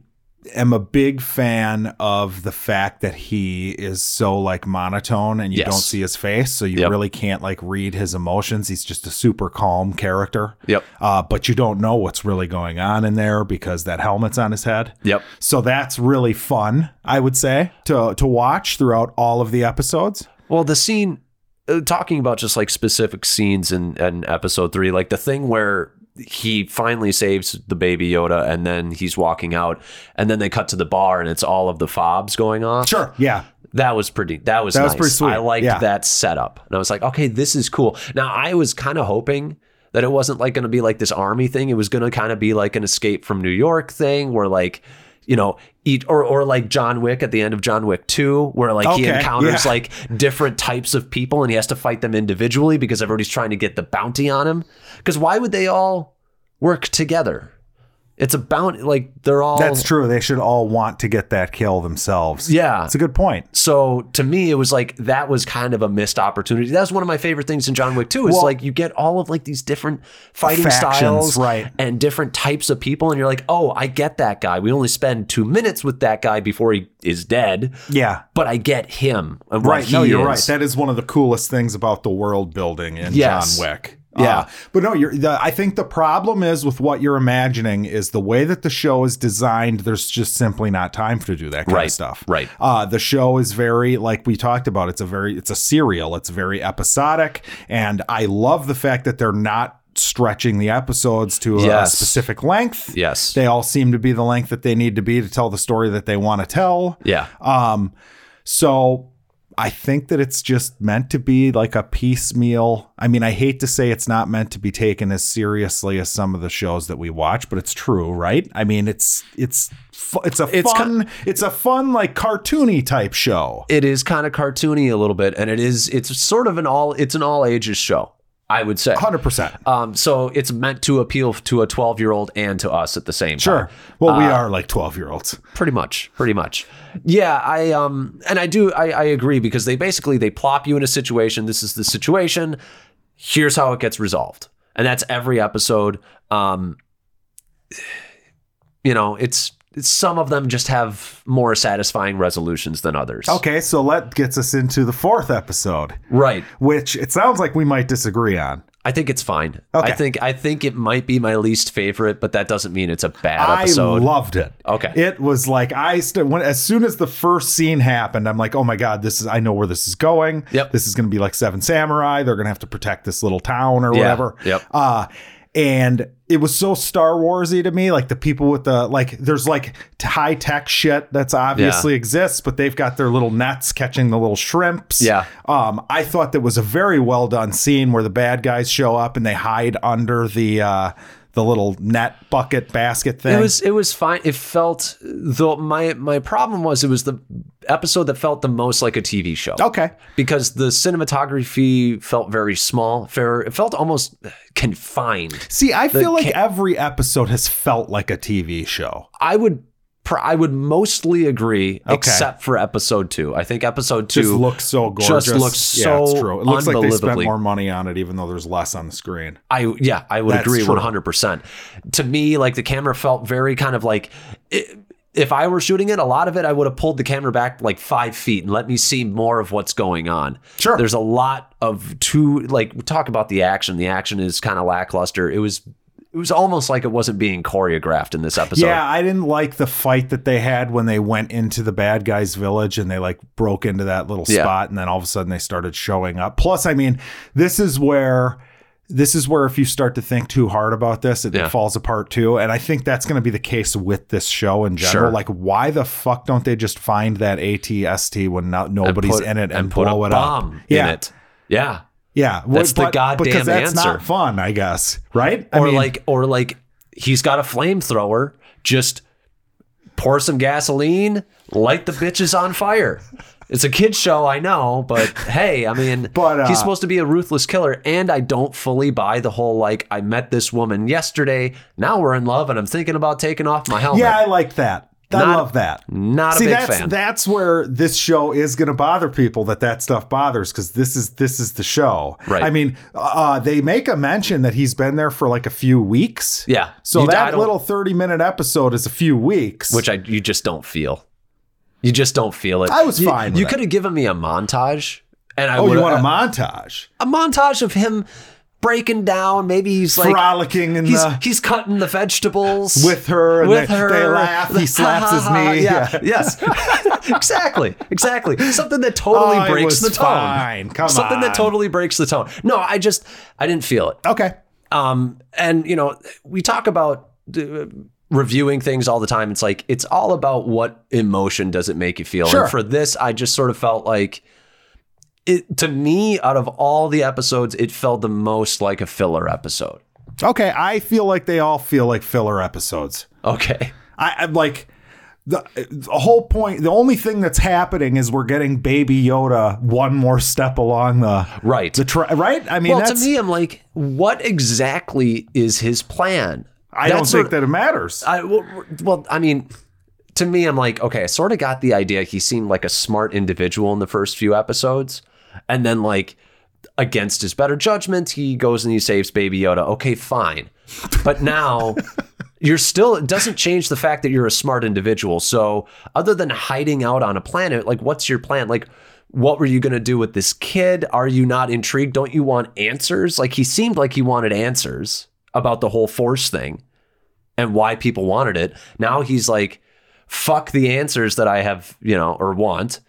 Speaker 1: am a big fan of the fact that he is so like monotone and you
Speaker 2: Yes.
Speaker 1: don't see his face, so you
Speaker 2: Yep.
Speaker 1: really can't like read his emotions. He's just a super calm character.
Speaker 2: Yep.
Speaker 1: Uh, but you don't know what's really going on in there because that helmet's on his head.
Speaker 2: Yep.
Speaker 1: So that's really fun, I would say, to to watch throughout all of the episodes.
Speaker 2: Well, the scene uh, talking about just like specific scenes in, in episode three, like the thing where he finally saves the baby Yoda and then he's walking out and then they cut to the bar and it's all of the fobs going off.
Speaker 1: Sure. Yeah.
Speaker 2: That was pretty. That was
Speaker 1: That was
Speaker 2: nice.
Speaker 1: pretty sweet.
Speaker 2: I liked
Speaker 1: Yeah.
Speaker 2: that setup, and I was like, okay, this is cool. Now I was kind of hoping that it wasn't like going to be like this army thing. It was going to kind of be like an escape from New York thing, where like. You know, eat or or like John Wick at the end of John Wick Two, where like he
Speaker 1: Okay,
Speaker 2: encounters
Speaker 1: yeah.
Speaker 2: like different types of people and he has to fight them individually because everybody's trying to get the bounty on him. Because why would they all work together? It's a bounty. Like they're all
Speaker 1: That's true. They should all want to get that kill themselves.
Speaker 2: Yeah.
Speaker 1: It's a good point.
Speaker 2: So to me, it was like that was kind of a missed opportunity. That's one of my favorite things in John Wick 2 is
Speaker 1: Well-
Speaker 2: like you get all of like these different fighting
Speaker 1: Factions,
Speaker 2: styles
Speaker 1: right.
Speaker 2: and different types of people, and you're like, oh, I get that guy. We only spend two minutes with that guy before he is dead,
Speaker 1: Yeah.
Speaker 2: but I get him. and what
Speaker 1: Right. No,
Speaker 2: he
Speaker 1: you're right.
Speaker 2: is.
Speaker 1: That is one of the coolest things about the world building in
Speaker 2: Yes.
Speaker 1: John Wick.
Speaker 2: Yeah.
Speaker 1: Uh, but no, you're, the, I think the problem is with what you're imagining is the way that the show is designed. There's just simply not time to do that kind
Speaker 2: Right,
Speaker 1: of stuff.
Speaker 2: right.
Speaker 1: Uh, the show is very, like we talked about, it's a very, it's a serial. It's very episodic, and I love the fact that they're not stretching the episodes to
Speaker 2: Yes.
Speaker 1: a specific length.
Speaker 2: Yes.
Speaker 1: They all seem to be the length that they need to be to tell the story that they want to tell.
Speaker 2: yeah.
Speaker 1: Um, so I think that it's just meant to be like a piecemeal. I mean, I hate to say it's not meant to be taken as seriously as some of the shows that we watch, but it's true, right? I mean, it's it's fu- it's a
Speaker 2: It's
Speaker 1: fun it's a fun like cartoony type show.
Speaker 2: it is kind of cartoony a little bit, and it is it's sort of an all it's an all ages show, I would say.
Speaker 1: 100%.
Speaker 2: Um, so it's meant to appeal to a 12 year old and to us at the same time.
Speaker 1: Sure. Well, we are like 12-year-olds.
Speaker 2: pretty much pretty much yeah i um and i do i i agree because they basically they plop you in a situation this is the situation here's how it gets resolved and that's every episode um (sighs) you know it's, it's some of them just have more satisfying resolutions than others
Speaker 1: Okay, so that gets us into the fourth episode,
Speaker 2: right
Speaker 1: which it sounds like we might disagree on.
Speaker 2: i think it's fine
Speaker 1: Okay.
Speaker 2: i think i think it might be my least favorite but that doesn't mean it's a bad
Speaker 1: I
Speaker 2: episode
Speaker 1: loved it.
Speaker 2: Okay.
Speaker 1: It was like I st- when as soon as the first scene happened, I'm like, oh my god, this is I know where this is going.
Speaker 2: Yep.
Speaker 1: This is going to be like Seven Samurai. They're going to have to protect this little town or
Speaker 2: Yeah.
Speaker 1: whatever.
Speaker 2: Yep.
Speaker 1: Uh, and it was so Star Warsy to me, like the people with the like. There's like high tech shit that's obviously exists, but they've got their little nets catching the little shrimps.
Speaker 2: Yeah.
Speaker 1: Um, I thought that was a very well done scene where the bad guys show up and they hide under the uh, the little net bucket basket thing.
Speaker 2: It was it was fine. It felt though my my problem was it was the episode that felt the most like a TV show.
Speaker 1: okay.
Speaker 2: Because the cinematography felt very small, fair. It felt almost confined.
Speaker 1: See, I feel like every episode has felt like a TV show.
Speaker 2: I would pr- I would mostly agree, except for episode two. I think episode two
Speaker 1: Just looks so gorgeous.
Speaker 2: just looks
Speaker 1: yeah, it's
Speaker 2: so
Speaker 1: true. It looks like they spent
Speaker 2: unbelievably-
Speaker 1: more money on it, even though there's less on the screen.
Speaker 2: I yeah, I would
Speaker 1: That's
Speaker 2: agree
Speaker 1: true.
Speaker 2: one hundred percent. To me, like the camera felt very kind of like. i if I were shooting it, a lot of it I would have pulled the camera back like five feet and let me see more of what's going on.
Speaker 1: Sure.
Speaker 2: there's a lot of too like talk about the action. The action is kind of lackluster. It was it was almost like it wasn't being choreographed in this episode.
Speaker 1: yeah, I didn't like the fight that they had when they went into the bad guy's village and they like broke into that little
Speaker 2: Yeah.
Speaker 1: spot and then all of a sudden they started showing up. Plus, I mean, this is where this is where if you start to think too hard about this, it
Speaker 2: Yeah.
Speaker 1: falls apart too. And I think that's going to be the case with this show in general.
Speaker 2: Sure.
Speaker 1: Like, why the fuck don't they just find that ATST when not, nobody's
Speaker 2: put-
Speaker 1: in it and,
Speaker 2: put
Speaker 1: blow
Speaker 2: a
Speaker 1: it
Speaker 2: bomb
Speaker 1: up?
Speaker 2: in
Speaker 1: yeah,
Speaker 2: it. Yeah.
Speaker 1: yeah.
Speaker 2: That's the goddamn
Speaker 1: because that's
Speaker 2: answer.
Speaker 1: not fun, I guess. Right? I
Speaker 2: or
Speaker 1: mean,
Speaker 2: like or like he's got a flamethrower just pour some gasoline light the bitches on fire it's a kid show i know but hey i mean
Speaker 1: (laughs) But, uh,
Speaker 2: he's supposed to be a ruthless killer and i don't fully buy the whole like i met this woman yesterday now we're in love and i'm thinking about taking off my helmet
Speaker 1: yeah, I like that. I
Speaker 2: Not-
Speaker 1: love that.
Speaker 2: not a
Speaker 1: See,
Speaker 2: big
Speaker 1: that's
Speaker 2: fan
Speaker 1: that's where this show is going to bother people that that stuff bothers because this is this is the show.
Speaker 2: Right.
Speaker 1: I mean, uh, they make a mention that he's been there for like a few weeks.
Speaker 2: yeah
Speaker 1: So
Speaker 2: You- I
Speaker 1: that
Speaker 2: don't-
Speaker 1: little thirty-minute episode is a few weeks.
Speaker 2: which I you just don't feel. You just don't feel it.
Speaker 1: I was
Speaker 2: You-
Speaker 1: fine with
Speaker 2: You
Speaker 1: it.
Speaker 2: could have given me a montage, and I
Speaker 1: oh,
Speaker 2: would uh,
Speaker 1: you want a montage?
Speaker 2: a montage of him breaking down. Maybe he's like
Speaker 1: Frolicking in
Speaker 2: he's
Speaker 1: the
Speaker 2: he's cutting the vegetables
Speaker 1: with her. And
Speaker 2: with
Speaker 1: they,
Speaker 2: her.
Speaker 1: they laugh.
Speaker 2: (laughs)
Speaker 1: He slaps his knee.
Speaker 2: Yeah. Yes. (laughs) exactly. Exactly. Something that totally
Speaker 1: Oh, it
Speaker 2: breaks
Speaker 1: was
Speaker 2: the tone.
Speaker 1: fine. Come
Speaker 2: Something
Speaker 1: on.
Speaker 2: that totally breaks the tone. No, I just I didn't feel it.
Speaker 1: Okay.
Speaker 2: Um, and you know, we talk about uh, reviewing things all the time. It's like it's all about what emotion does it make you feel.
Speaker 1: Sure.
Speaker 2: And for this, I just sort of felt like it to me. Out of all the episodes, it felt the most like a filler episode.
Speaker 1: Okay. I feel like they all feel like filler episodes.
Speaker 2: Okay.
Speaker 1: I, I'm like the, the whole point. The only thing that's happening is we're getting Baby Yoda one more step along the
Speaker 2: Right.
Speaker 1: the tra- right. I mean,
Speaker 2: well, to
Speaker 1: that's
Speaker 2: me, I'm like, what exactly is his plan?
Speaker 1: I
Speaker 2: That's
Speaker 1: don't
Speaker 2: sort
Speaker 1: think
Speaker 2: of-
Speaker 1: that it matters.
Speaker 2: I well, well, I mean, to me, I'm like, okay, I sort of got the idea. He seemed like a smart individual in the first few episodes, and then like against his better judgment, he goes and he saves Baby Yoda. Okay, fine, but now.
Speaker 1: (laughs)
Speaker 2: You're still, it doesn't change the fact that you're a smart individual. So, other than hiding out on a planet, like, what's your plan? Like, what were you going to do with this kid? Are you not intrigued? Don't you want answers? Like, he seemed like he wanted answers about the whole force thing and why people wanted it. Now he's like, fuck the answers that I have, you know, or want.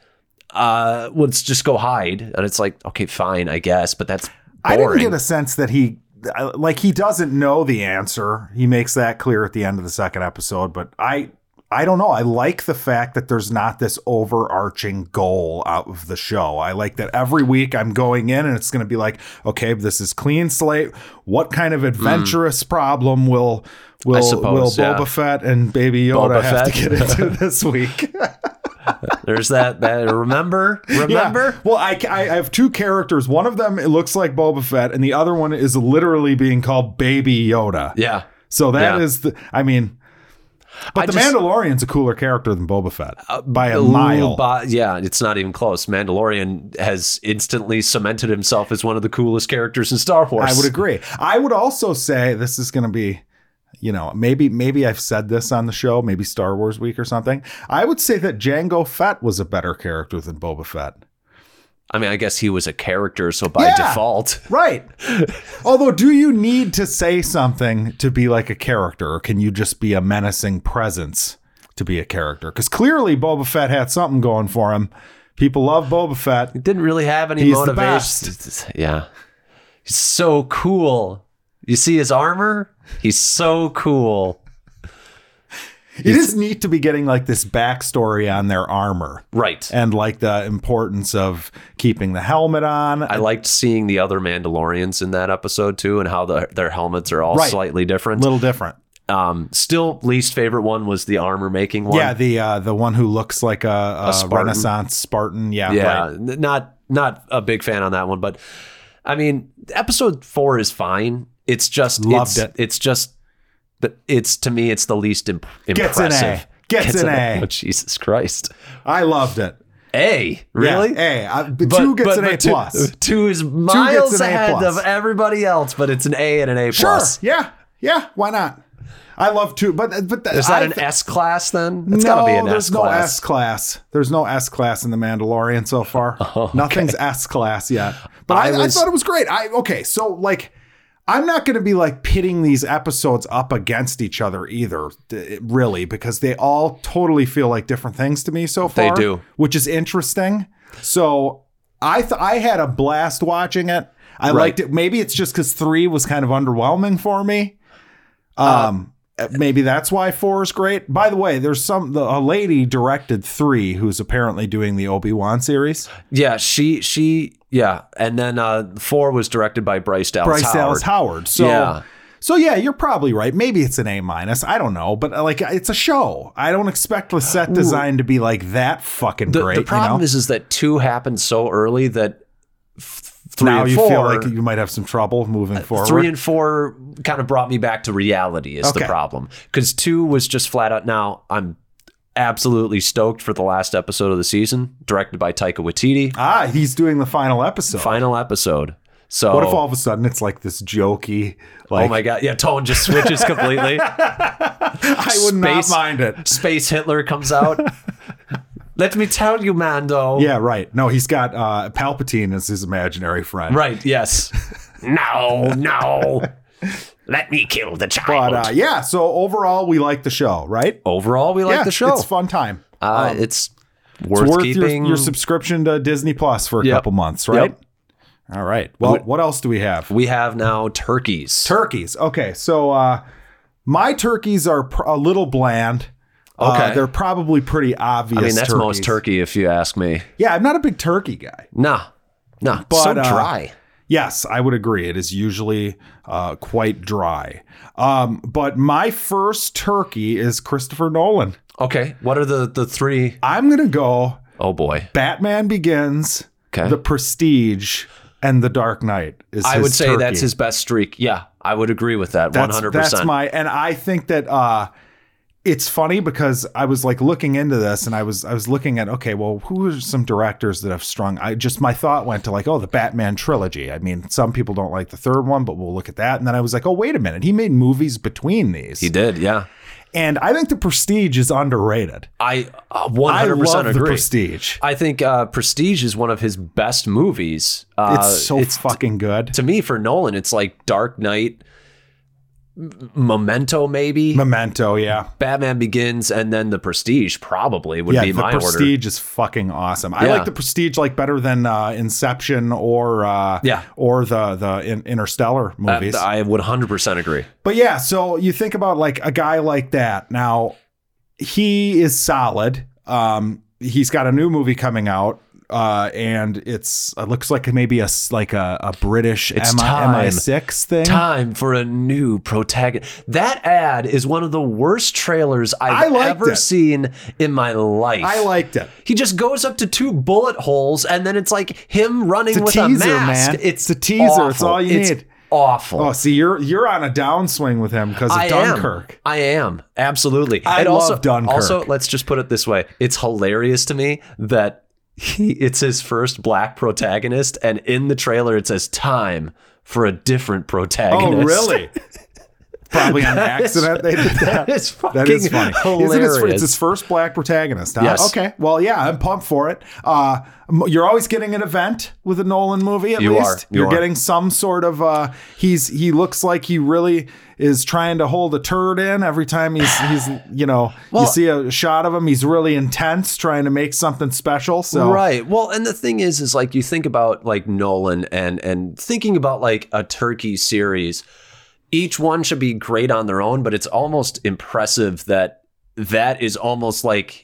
Speaker 2: Uh, let's just go hide. And it's like, okay, fine, I guess, but that's
Speaker 1: I
Speaker 2: boring.
Speaker 1: didn't get a sense that he I- like he doesn't know the answer. He makes that clear at the end of the second episode, but I I don't know. I like the fact that there's not this overarching goal out of the show. I like that every week I'm going in and it's going to be like, okay, this is clean slate. What kind of adventurous problem will will
Speaker 2: suppose,
Speaker 1: will
Speaker 2: yeah.
Speaker 1: Boba Fett and Baby Yoda
Speaker 2: Boba
Speaker 1: have
Speaker 2: Fett.
Speaker 1: to get (laughs) into this week?
Speaker 2: There's that, that remember,
Speaker 1: (laughs)
Speaker 2: remember?
Speaker 1: Yeah. Well, I, I I have two characters. One of them it looks like Boba Fett, and the other one is literally being called Baby Yoda.
Speaker 2: Yeah.
Speaker 1: So that
Speaker 2: Yeah.
Speaker 1: is the. I mean, but
Speaker 2: I
Speaker 1: the
Speaker 2: just- Uh,
Speaker 1: Mandalorian's a cooler character than Boba Fett by a mile.
Speaker 2: By- yeah, it's not even close. Mandalorian has instantly cemented himself as one of the coolest characters in Star Wars.
Speaker 1: I would agree. I would also say this is going to be, you know, maybe maybe I've said this on the show, maybe Star Wars Week or something. I would say that Django Fett was a better character than Boba Fett.
Speaker 2: I mean, I guess he was a character, so by
Speaker 1: Yeah.
Speaker 2: default,
Speaker 1: Right. Although, do you need to say something to be like a character, or can you just be a menacing presence to be a character? Because clearly, Boba Fett had something going for him. People love Boba Fett.
Speaker 2: didn't really have any
Speaker 1: He's the
Speaker 2: motivation. Yeah. He's so cool. You see his armor? He's so cool.
Speaker 1: It is neat to be getting like this backstory on their armor
Speaker 2: Right.
Speaker 1: and like the importance of keeping the helmet on.
Speaker 2: I liked seeing the other Mandalorians in that episode too and how the, their helmets are all
Speaker 1: Right.
Speaker 2: slightly
Speaker 1: a
Speaker 2: different.
Speaker 1: little different.
Speaker 2: Um, still, least favorite one was the armor making one.
Speaker 1: Yeah, the uh, the one who looks like a, a,
Speaker 2: Spartan.
Speaker 1: Renaissance Spartan. Yeah,
Speaker 2: yeah,
Speaker 1: right.
Speaker 2: n- not not a big fan on that one, but I mean, episode four is fine. It's just
Speaker 1: Loved
Speaker 2: it's,
Speaker 1: it.
Speaker 2: It's just the- it's to me, it's the least imp-
Speaker 1: Gets an A.
Speaker 2: impressive.
Speaker 1: Gets an A.
Speaker 2: Oh, Jesus Christ,
Speaker 1: I loved it.
Speaker 2: A really?
Speaker 1: Hey, two gets an A
Speaker 2: two-
Speaker 1: plus.
Speaker 2: Two, is miles
Speaker 1: an A
Speaker 2: ahead
Speaker 1: plus.
Speaker 2: of everybody else, but it's an A and an A
Speaker 1: Sure.
Speaker 2: plus.
Speaker 1: Yeah. Yeah. Why not? I love two, but but
Speaker 2: Is that an S class then? It's
Speaker 1: no,
Speaker 2: got to be an
Speaker 1: there's
Speaker 2: S
Speaker 1: no
Speaker 2: class.
Speaker 1: S class. There's no S class in the Mandalorian so far.
Speaker 2: (laughs)
Speaker 1: Nothing's S class yet. But I,
Speaker 2: Oh, I
Speaker 1: I,
Speaker 2: was-
Speaker 1: thought it was great. I okay, so like I'm not going to be like pitting these episodes up against each other either, d- really, because they all totally feel like different things to me so
Speaker 2: They
Speaker 1: far.
Speaker 2: do.
Speaker 1: which is interesting. So I th- I had a blast watching it. I
Speaker 2: Right.
Speaker 1: liked it. Maybe it's just because three was kind of underwhelming for me.
Speaker 2: Uh,
Speaker 1: Um, maybe that's why four is great. By the way, there's some the, a lady directed three who's apparently doing the Obi Wan series.
Speaker 2: Yeah, she she yeah, and then uh four was directed by Bryce Dallas
Speaker 1: Bryce
Speaker 2: Howard.
Speaker 1: Dallas Howard. So.
Speaker 2: Yeah.
Speaker 1: So yeah, you're probably right. Maybe it's an A minus. I don't know, but uh, like it's a show. I don't expect the set design to be like that fucking
Speaker 2: The,
Speaker 1: great.
Speaker 2: the problem
Speaker 1: you know?
Speaker 2: is is that two happened so early that f- three
Speaker 1: now
Speaker 2: and
Speaker 1: you
Speaker 2: four Uh,
Speaker 1: feel like you might have some trouble moving forward.
Speaker 2: Three and four kind of brought me back to reality is the
Speaker 1: Okay.
Speaker 2: problem. Because two was just flat out. Now I'm absolutely stoked for the last episode of the season, directed by Taika Waititi.
Speaker 1: ah, he's doing the final episode.
Speaker 2: Final episode. So
Speaker 1: What if all of a sudden it's like this jokey? Like,
Speaker 2: oh my god, yeah, tone just
Speaker 1: (laughs)
Speaker 2: switches completely.
Speaker 1: I would
Speaker 2: Oh,
Speaker 1: not
Speaker 2: space-
Speaker 1: mind it.
Speaker 2: Space Hitler comes out. Let me tell you, Mando.
Speaker 1: Yeah, right. No, he's got uh, Palpatine as his imaginary friend.
Speaker 2: Right.
Speaker 1: (laughs)
Speaker 2: Yes. no. No. Let me kill the child.
Speaker 1: But uh, yeah, so overall, we like the show, right?
Speaker 2: Overall, we like
Speaker 1: yeah,
Speaker 2: the show.
Speaker 1: It's a fun time.
Speaker 2: uh, it's worth,
Speaker 1: It's worth your,
Speaker 2: keeping.
Speaker 1: your subscription to Disney Plus for a
Speaker 2: Yep.
Speaker 1: couple months, right?
Speaker 2: Yep.
Speaker 1: All right. Well, what else do we have?
Speaker 2: we have now turkeys.
Speaker 1: Turkeys. Okay, so uh, my turkeys are pr- a little bland. Uh,
Speaker 2: Okay.
Speaker 1: they're probably pretty obvious.
Speaker 2: I mean, that's most
Speaker 1: turkeys.
Speaker 2: turkey, if you ask me.
Speaker 1: Yeah, I'm not a big turkey guy.
Speaker 2: Nah, nah,
Speaker 1: But,
Speaker 2: so
Speaker 1: uh,
Speaker 2: dry.
Speaker 1: Yes, I would agree. It is usually uh, quite dry. Um, but my first turkey is Christopher Nolan.
Speaker 2: okay, what are the the three?
Speaker 1: I'm going to go
Speaker 2: Oh boy.
Speaker 1: Batman Begins,
Speaker 2: Okay.
Speaker 1: The Prestige, and The Dark Knight. Is
Speaker 2: I
Speaker 1: his
Speaker 2: would say
Speaker 1: turkey.
Speaker 2: that's his best streak. Yeah, I would agree with that. One
Speaker 1: That's-
Speaker 2: hundred
Speaker 1: That's
Speaker 2: percent.
Speaker 1: my, and I think that uh, it's funny because I was like looking into this, and I was I was looking at okay, well, who are some directors that have strung? I just my thought went to like, oh, the Batman trilogy. I mean, some people don't like the third one, but we'll look at that. And then I was like, oh, wait a minute, he made movies between these,
Speaker 2: He did. Yeah,
Speaker 1: and I think the Prestige is underrated.
Speaker 2: I uh,
Speaker 1: I
Speaker 2: one hundred
Speaker 1: love
Speaker 2: percent
Speaker 1: the
Speaker 2: agree.
Speaker 1: Prestige.
Speaker 2: I think uh, Prestige is one of his best movies. Uh,
Speaker 1: It's so fucking good.
Speaker 2: to me for Nolan. It's like Dark Knight, M- Memento, maybe
Speaker 1: Memento, yeah.
Speaker 2: Batman Begins, and then The Prestige. Probably would
Speaker 1: yeah,
Speaker 2: be
Speaker 1: the
Speaker 2: my
Speaker 1: Prestige
Speaker 2: order.
Speaker 1: is fucking awesome. I
Speaker 2: Yeah.
Speaker 1: like the Prestige like better than uh, Inception or uh,
Speaker 2: Yeah.
Speaker 1: or the the in- Interstellar
Speaker 2: Uh,
Speaker 1: movies.
Speaker 2: I would hundred percent agree.
Speaker 1: but yeah, so you think about like a guy like that. Now he is solid. Um, he's got a new movie coming out. Uh, and it's it looks like maybe a s- like a, a British
Speaker 2: It's time.
Speaker 1: MI, 6 thing.
Speaker 2: Time for a new protagonist. That ad is one of the worst trailers
Speaker 1: I
Speaker 2: I've
Speaker 1: liked
Speaker 2: ever
Speaker 1: it.
Speaker 2: seen in my life.
Speaker 1: I liked it.
Speaker 2: He just goes up to two bullet holes, and then it's like him running
Speaker 1: It's a
Speaker 2: with a
Speaker 1: teaser,
Speaker 2: mask.
Speaker 1: man.
Speaker 2: It's
Speaker 1: It's a teaser.
Speaker 2: Awful.
Speaker 1: It's all you
Speaker 2: It's
Speaker 1: need.
Speaker 2: Awful.
Speaker 1: Oh, see, you're you're on a downswing with him because of
Speaker 2: I
Speaker 1: Dunkirk.
Speaker 2: am. I am absolutely.
Speaker 1: I
Speaker 2: and also,
Speaker 1: love Dunkirk.
Speaker 2: Also, let's just put it this way: it's hilarious to me that he, it's his first black protagonist, and in the trailer it says "time for a different protagonist."
Speaker 1: Oh,
Speaker 2: (laughs)
Speaker 1: really? Probably on accident they did that.
Speaker 2: It's fucking
Speaker 1: That is funny.
Speaker 2: (laughs)
Speaker 1: Isn't it,
Speaker 2: hilarious.
Speaker 1: it's his first black protagonist. Huh?
Speaker 2: Yes.
Speaker 1: Okay. Well, yeah, I'm pumped for it. Uh, m- you're always getting an event with a Nolan movie. At
Speaker 2: You are.
Speaker 1: least
Speaker 2: You
Speaker 1: are
Speaker 2: are.
Speaker 1: getting some sort of. Uh, he's he looks like he really is trying to hold a turd in every time he's he's you know you see a shot of him. He's really intense, trying to make something special. So
Speaker 2: Right. Well, and the thing is, is like you think about like Nolan and and thinking about like a turkey series, each one should be great on their own, but it's almost impressive that that is almost like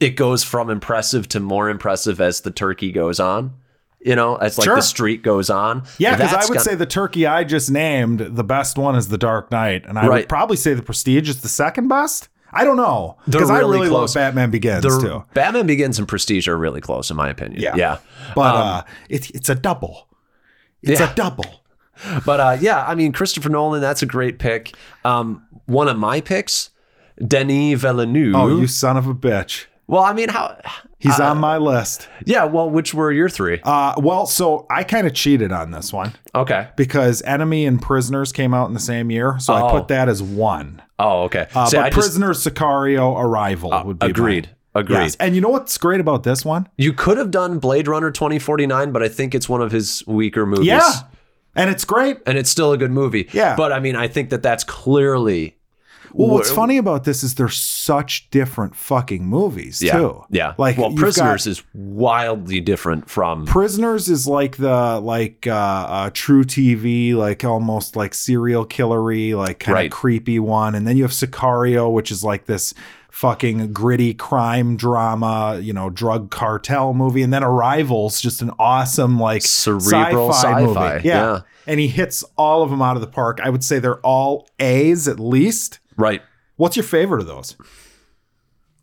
Speaker 2: it goes from impressive to more impressive as the turkey goes on. You know, as like
Speaker 1: Sure.
Speaker 2: the street goes on.
Speaker 1: Yeah, because I
Speaker 2: That's
Speaker 1: would
Speaker 2: gon-
Speaker 1: say the turkey I just named, the best one is the Dark Knight, and I
Speaker 2: Right.
Speaker 1: would probably say the Prestige is the second best. I don't know
Speaker 2: They're
Speaker 1: because I
Speaker 2: really
Speaker 1: really
Speaker 2: close.
Speaker 1: love Batman Begins
Speaker 2: the
Speaker 1: too,
Speaker 2: Batman Begins and Prestige are really close, in my opinion.
Speaker 1: Yeah.
Speaker 2: Yeah.
Speaker 1: but uh, it's it's a double. It's
Speaker 2: Yeah.
Speaker 1: a double.
Speaker 2: But uh, yeah, I mean, Christopher Nolan, that's a great pick. Um, one of my picks, Denis Villeneuve.
Speaker 1: Oh, you son of a bitch!
Speaker 2: well, I mean, how?
Speaker 1: He's on my list.
Speaker 2: Yeah, well, which were your three?
Speaker 1: Uh, well, so I kind of cheated on this one
Speaker 2: Okay.
Speaker 1: because Enemy and Prisoners came out in the same year, so
Speaker 2: Oh.
Speaker 1: I put that as one.
Speaker 2: Oh, okay.
Speaker 1: Uh,
Speaker 2: See,
Speaker 1: but
Speaker 2: I just
Speaker 1: Prisoners, Sicario, Arrival would be mine.
Speaker 2: agreed. Agreed.
Speaker 1: Yes. And you know what's great about this one?
Speaker 2: You could have done Blade Runner 2049, but I think it's one of his weaker movies.
Speaker 1: Yeah, and it's great.
Speaker 2: And it's still a good movie.
Speaker 1: Yeah.
Speaker 2: But I mean, I think that that's clearly
Speaker 1: Well, what's funny about this is they're such different fucking movies
Speaker 2: yeah,
Speaker 1: too.
Speaker 2: yeah.
Speaker 1: like
Speaker 2: well,
Speaker 1: you've
Speaker 2: prisoners
Speaker 1: got-
Speaker 2: is wildly different from
Speaker 1: Prisoners is like the like uh, uh true TV, like almost like serial killery, like kind
Speaker 2: Right.
Speaker 1: of creepy one, and then you have Sicario, which is like this fucking gritty crime drama, you know, drug cartel movie, and then Arrival's just an awesome like
Speaker 2: Cerebral sci-fi,
Speaker 1: movie. Yeah.
Speaker 2: yeah.
Speaker 1: and he hits all of them out of the park. I would say they're all A's at least.
Speaker 2: right.
Speaker 1: What's your favorite of those?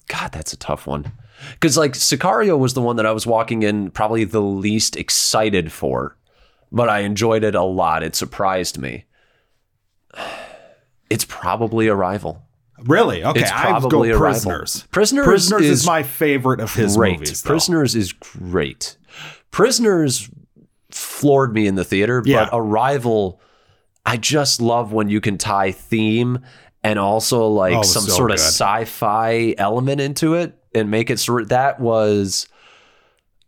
Speaker 2: God, that's a tough one. Because like Sicario was the one that I was walking in probably the least excited for, but I enjoyed it a lot. It surprised me. (sighs) It's probably Arrival.
Speaker 1: Really? Okay,
Speaker 2: It's
Speaker 1: I would go
Speaker 2: probably Arrival.
Speaker 1: Prisoners.
Speaker 2: Prisoners
Speaker 1: is,
Speaker 2: is
Speaker 1: my favorite of his
Speaker 2: great.
Speaker 1: movies. though.
Speaker 2: Prisoners is great. Prisoners floored me in the theater,
Speaker 1: Yeah.
Speaker 2: but Arrival, I just love when you can tie theme and also like
Speaker 1: Oh, it was
Speaker 2: some
Speaker 1: so
Speaker 2: sort of
Speaker 1: good.
Speaker 2: sci-fi element into it and make it sort. That was,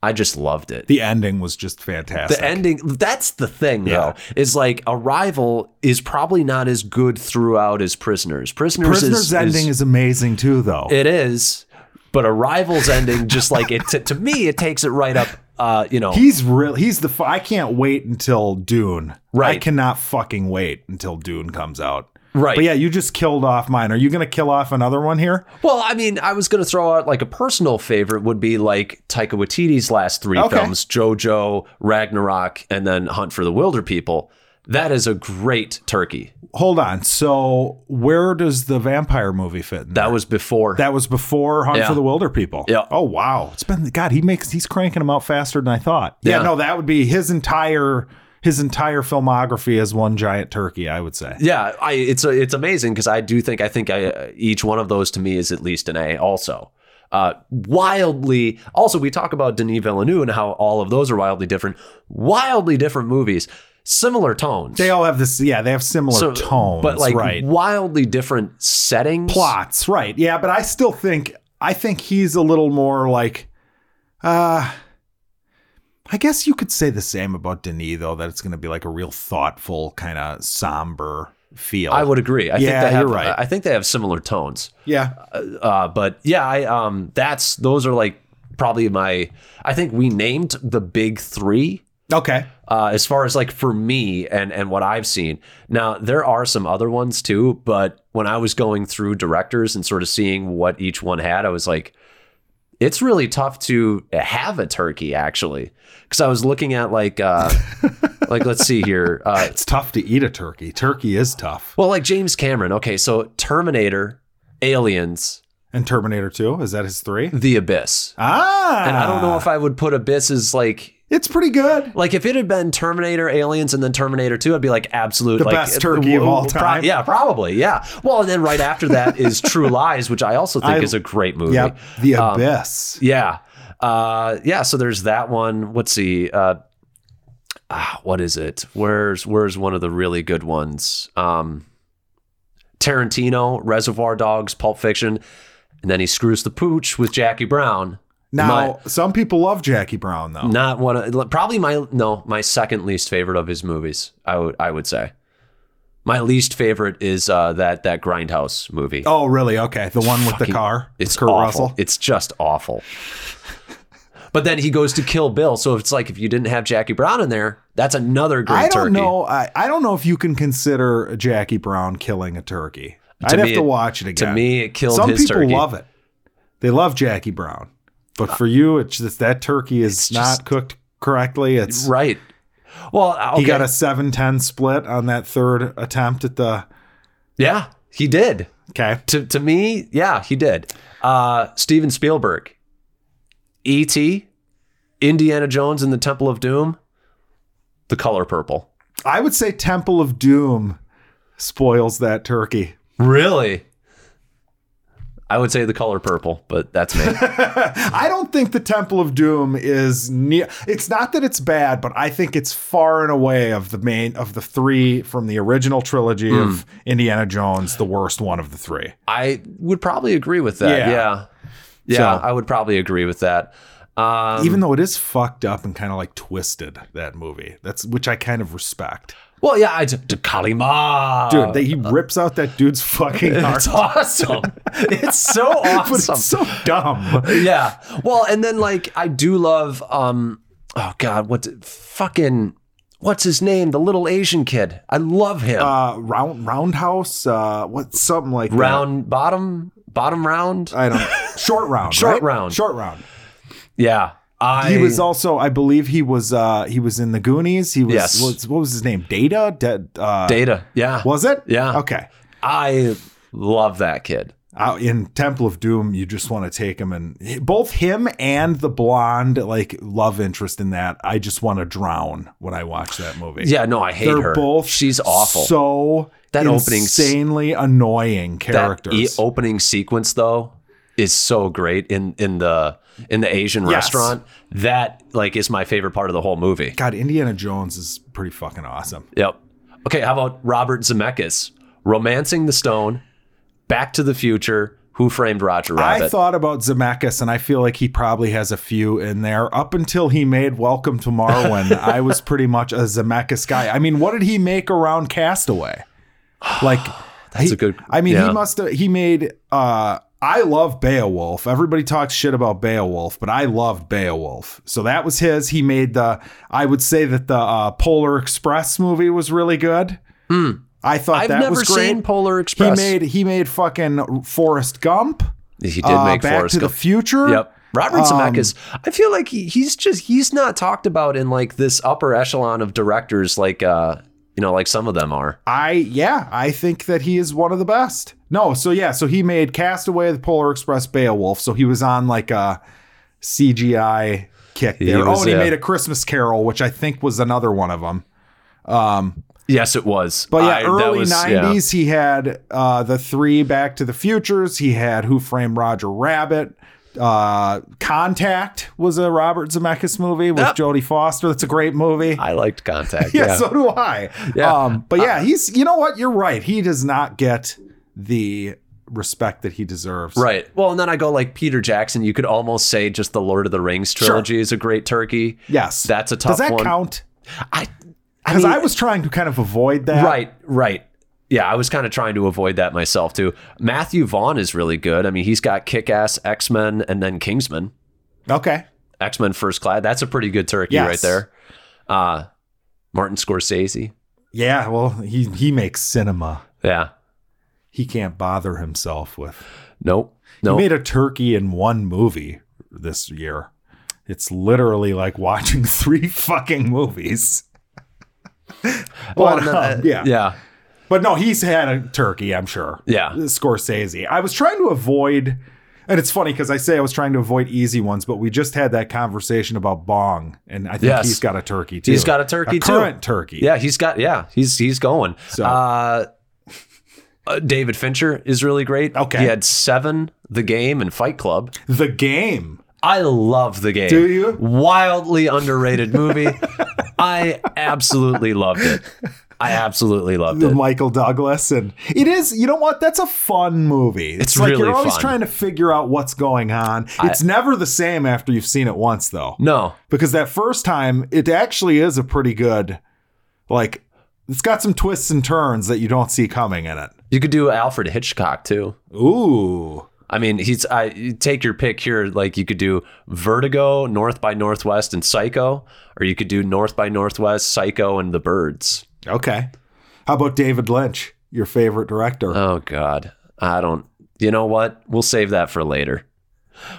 Speaker 2: I just loved it.
Speaker 1: The ending was just fantastic.
Speaker 2: The ending, that's the thing
Speaker 1: Yeah.
Speaker 2: though, is like Arrival is probably not as good throughout as Prisoners. Prisoners,
Speaker 1: Prisoner's
Speaker 2: is,
Speaker 1: ending is, amazing too, though.
Speaker 2: It is, but Arrival's ending just like it to, to me, it takes it right up. Uh, you know,
Speaker 1: he's real. He's the. fu- I can't wait until Dune. I
Speaker 2: Right.
Speaker 1: cannot fucking wait until Dune comes out.
Speaker 2: right?
Speaker 1: But yeah, you just killed off mine. Are you gonna kill off another one here?
Speaker 2: Well, I mean, I was gonna throw out like a personal favorite would be like Taika Waititi's last three
Speaker 1: Okay.
Speaker 2: films: JoJo, Ragnarok, and then Hunt for the Wilder People. That is a great turkey.
Speaker 1: Hold on. So where does the vampire movie fit? In
Speaker 2: That was before.
Speaker 1: that was before Hunt
Speaker 2: Yeah.
Speaker 1: for the Wilder People.
Speaker 2: Yeah.
Speaker 1: Oh wow, it's been God. He makes he's cranking them out faster than I thought. yeah
Speaker 2: Yeah.
Speaker 1: no, that would be his entire his entire filmography as one giant turkey. I would say.
Speaker 2: yeah, I it's a, it's amazing because I do think I think I, each one of those to me is at least an A. Also, uh, wildly. Also, we talk about Denis Villeneuve and how all of those are wildly different, wildly different movies, similar tones,
Speaker 1: They all have this, yeah. They have similar
Speaker 2: So-
Speaker 1: tones,
Speaker 2: but like
Speaker 1: right?
Speaker 2: wildly different settings.
Speaker 1: plots, right? Yeah, but I still think I think he's a little more like, uh, I guess you could say the same about Denis though. That it's going to be like a real thoughtful kind of somber feel.
Speaker 2: I would agree. I
Speaker 1: Yeah,
Speaker 2: think they have,
Speaker 1: you're right.
Speaker 2: I think they have similar tones.
Speaker 1: yeah.
Speaker 2: Uh, but yeah, I um, that's those are like probably my. I think we named the big three.
Speaker 1: Okay.
Speaker 2: uh, as far as like for me and and what I've seen. Now there are some other ones too, but when I was going through directors and sort of seeing what each one had, I was like, it's really tough to have a turkey actually, because I was looking at like uh, like let's see here, uh,
Speaker 1: It's tough to eat a turkey. Turkey is tough.
Speaker 2: well like James Cameron. Okay, so Terminator, Aliens,
Speaker 1: And Terminator 2, is that his 3?
Speaker 2: The Abyss,
Speaker 1: Ah.
Speaker 2: and I don't know if I would put Abyss as like.
Speaker 1: it's pretty good.
Speaker 2: Like if it had been Terminator, Aliens, and then Terminator Two, I'd be like absolute
Speaker 1: The
Speaker 2: like, uh,
Speaker 1: best turkey of all time.
Speaker 2: yeah, probably. Yeah. Well, and then right after
Speaker 1: (laughs)
Speaker 2: that is True Lies, which I also think
Speaker 1: I-
Speaker 2: is a great movie.
Speaker 1: Yep. The
Speaker 2: Um,
Speaker 1: Abyss.
Speaker 2: Yeah. Uh, yeah. So there's that one. Let's see. Uh, ah, what is it? Where's Where's one of the really good ones? Um, Tarantino, Reservoir Dogs, Pulp Fiction, and then he screws the pooch with Jackie Brown.
Speaker 1: Now, some people love Jackie Brown though.
Speaker 2: Not one of probably my no my second least favorite of his movies. I would I would say my least favorite is uh, that that Grindhouse movie.
Speaker 1: Oh, really? Okay. The one with the car.
Speaker 2: it's
Speaker 1: Kurt
Speaker 2: awful.
Speaker 1: Russell.
Speaker 2: It's just awful. But then he goes to kill Bill. So it's like if you didn't have Jackie Brown in there, that's another great
Speaker 1: I don't
Speaker 2: turkey.
Speaker 1: know. I, I don't know if you can consider Jackie Brown killing a turkey.
Speaker 2: To
Speaker 1: I'd
Speaker 2: me,
Speaker 1: have to
Speaker 2: it-
Speaker 1: watch it
Speaker 2: To
Speaker 1: again.
Speaker 2: me, it killed
Speaker 1: some
Speaker 2: his
Speaker 1: people
Speaker 2: turkey.
Speaker 1: love it. They love Jackie Brown, but for you, it's just that turkey is
Speaker 2: It's
Speaker 1: not
Speaker 2: just-
Speaker 1: cooked correctly. It's
Speaker 2: Right. Well, okay.
Speaker 1: he got a 7-10 split on that third attempt at the.
Speaker 2: yeah, he did.
Speaker 1: Okay,
Speaker 2: To to me, yeah, he did. Uh, Steven Spielberg, E.T., Indiana Jones and the Temple of Doom, The Color Purple.
Speaker 1: I would say Temple of Doom spoils that turkey.
Speaker 2: Really? I would say The Color Purple, but that's (laughs)
Speaker 1: (laughs)
Speaker 2: me.
Speaker 1: I don't think the Temple of Doom is near. It's not that it's bad, but I think it's far and away of the main of the three from the original trilogy
Speaker 2: Hmm.
Speaker 1: of Indiana Jones, the worst one of the three.
Speaker 2: I would probably agree with that.
Speaker 1: Yeah.
Speaker 2: Yeah. Yeah,
Speaker 1: So-
Speaker 2: I would probably agree with that. Um,
Speaker 1: Even though it is fucked up and kind of like twisted that movie, that's which I kind of respect.
Speaker 2: Well, yeah, I just, Kalima.
Speaker 1: Dude, they, he
Speaker 2: Uh,
Speaker 1: rips out that dude's
Speaker 2: (laughs)
Speaker 1: fucking (laughs) heart.
Speaker 2: It's awesome. it's so (laughs)
Speaker 1: But it's
Speaker 2: awesome.
Speaker 1: so dumb.
Speaker 2: yeah. Well, and then like I do love um oh god, what fucking what's his name? The little Asian kid. I love him.
Speaker 1: Uh, round roundhouse. Uh, what something like that.
Speaker 2: round bottom bottom round.
Speaker 1: I don't. Short round.
Speaker 2: (laughs) Short
Speaker 1: right?
Speaker 2: round.
Speaker 1: Short round.
Speaker 2: yeah. I
Speaker 1: He was uh, also, I believe, he was. Uh, he was in the Goonies. He was.
Speaker 2: Yes.
Speaker 1: was- what was his name? Data. Da- uh,
Speaker 2: data. Yeah.
Speaker 1: Was it?
Speaker 2: Yeah.
Speaker 1: Okay.
Speaker 2: I love that kid.
Speaker 1: Out in Temple of Doom, you just want to take him and both him and the blonde like love interest in that. I just want to drown when I watch that movie.
Speaker 2: Yeah, no, I hate
Speaker 1: They're
Speaker 2: her.
Speaker 1: both
Speaker 2: She's awful.
Speaker 1: So
Speaker 2: That opening s-
Speaker 1: insanely annoying
Speaker 2: that
Speaker 1: characters.
Speaker 2: e- opening sequence though is so great in in the in the Asian
Speaker 1: Yes.
Speaker 2: restaurant. That like is my favorite part of the whole movie.
Speaker 1: God, Indiana Jones is pretty fucking awesome.
Speaker 2: Yep. Okay, how about Robert Zemeckis, Romancing the Stone, Back to the Future, Who Framed Roger Rabbit?
Speaker 1: I thought about Zemeckis, and I feel like he probably has a few in there. Up until he made Welcome to
Speaker 2: (laughs)
Speaker 1: Marwin, I was pretty much a Zemeckis guy. I mean, what did he make around Castaway? Like,
Speaker 2: That's
Speaker 1: he-
Speaker 2: a good-
Speaker 1: I mean,
Speaker 2: yeah.
Speaker 1: he must have. He made. uh I love Beowulf. Everybody talks shit about Beowulf, but I loved Beowulf. So that was his. He made the. I would say that the uh, Polar Express movie was really good. I thought
Speaker 2: Hmm. I've
Speaker 1: that
Speaker 2: never
Speaker 1: was great.
Speaker 2: seen Polar
Speaker 1: he
Speaker 2: Express.
Speaker 1: made he made fucking Forrest Gump.
Speaker 2: He did
Speaker 1: Uh,
Speaker 2: make
Speaker 1: Back
Speaker 2: Forrest
Speaker 1: to
Speaker 2: Gump.
Speaker 1: the Future.
Speaker 2: Yep. Robert
Speaker 1: Um,
Speaker 2: Zemeckis, I feel like he, he's just he's not talked about in like this upper echelon of directors like uh you know like some of them are.
Speaker 1: I yeah, I think that he is one of the best. No, so yeah, so he made Castaway, The Polar Express, Beowulf. So he was on like a CGI kick
Speaker 2: He
Speaker 1: there.
Speaker 2: was,
Speaker 1: oh, and
Speaker 2: yeah.
Speaker 1: he made a Christmas Carol, which I think was another one of them.
Speaker 2: Yes, it was.
Speaker 1: But yeah,
Speaker 2: I- that
Speaker 1: early
Speaker 2: was- yeah.
Speaker 1: '90s, he had uh, the three Back to the Futures. He had Who Framed Roger Rabbit. Uh, Contact was a Robert Zemeckis movie with
Speaker 2: Yep.
Speaker 1: Jodie Foster. That's a great movie.
Speaker 2: I liked Contact.
Speaker 1: (laughs) yeah,
Speaker 2: yeah.
Speaker 1: so do I.
Speaker 2: Yeah. Uh,
Speaker 1: Um, but yeah, he's you know what? You're right. He does not get the respect that he deserves.
Speaker 2: Right. Well, and then I go like Peter Jackson. You could almost say just the Lord of the Rings trilogy is a great turkey.
Speaker 1: Yes.
Speaker 2: That's a tough
Speaker 1: Does that
Speaker 2: one.
Speaker 1: count?
Speaker 2: I
Speaker 1: Because I,
Speaker 2: mean-
Speaker 1: was trying to kind of avoid that.
Speaker 2: Right, right. Yeah, I was kind of trying to avoid that myself too. Matthew Vaughn is really good. I mean, he's got Kick Ass, X Men, and then Kingsman.
Speaker 1: Okay.
Speaker 2: X Men First Class. That's a pretty good turkey
Speaker 1: Yes.
Speaker 2: right there. Uh, Martin Scorsese.
Speaker 1: Yeah. Well, he he makes cinema.
Speaker 2: Yeah.
Speaker 1: He can't bother himself with.
Speaker 2: Nope.
Speaker 1: He
Speaker 2: Nope.
Speaker 1: made a turkey in one movie this year. It's literally like watching (laughs) three fucking movies.
Speaker 2: Well,
Speaker 1: but,
Speaker 2: and then,
Speaker 1: um,
Speaker 2: uh,
Speaker 1: yeah.
Speaker 2: Yeah.
Speaker 1: But no, he's had a turkey, I'm sure.
Speaker 2: Yeah.
Speaker 1: Scorsese. I was trying to avoid, and it's funny because I say I was trying to avoid easy ones, but we just had that conversation about Bong, and I think
Speaker 2: Yes.
Speaker 1: he's got a turkey too.
Speaker 2: He's got a turkey,
Speaker 1: a
Speaker 2: too.
Speaker 1: current turkey.
Speaker 2: Yeah, he's got. Yeah, he's he's going.
Speaker 1: So-
Speaker 2: Uh, uh, David Fincher is really great.
Speaker 1: Okay.
Speaker 2: He had seven, The Game, and Fight Club.
Speaker 1: the game.
Speaker 2: I love the game.
Speaker 1: Do you?
Speaker 2: Wildly
Speaker 1: (laughs)
Speaker 2: underrated movie. I absolutely loved it. I absolutely loved
Speaker 1: The
Speaker 2: it.
Speaker 1: Michael Douglas, and it is. You know what? That's a fun movie. It's, like
Speaker 2: really
Speaker 1: you're always
Speaker 2: fun.
Speaker 1: trying to figure out what's going on. It's never the same after you've seen it once, though.
Speaker 2: No.
Speaker 1: because that first time it actually is a pretty good like it's got some twists and turns that you don't see coming in it
Speaker 2: You could do Alfred Hitchcock too.
Speaker 1: ooh
Speaker 2: I mean, he's I you take your pick here like you could do Vertigo, North by Northwest and Psycho, or you could do North by Northwest, Psycho and The Birds.
Speaker 1: okay how about david lynch your favorite director
Speaker 2: Oh God, I don't. You know what? We'll save that for later.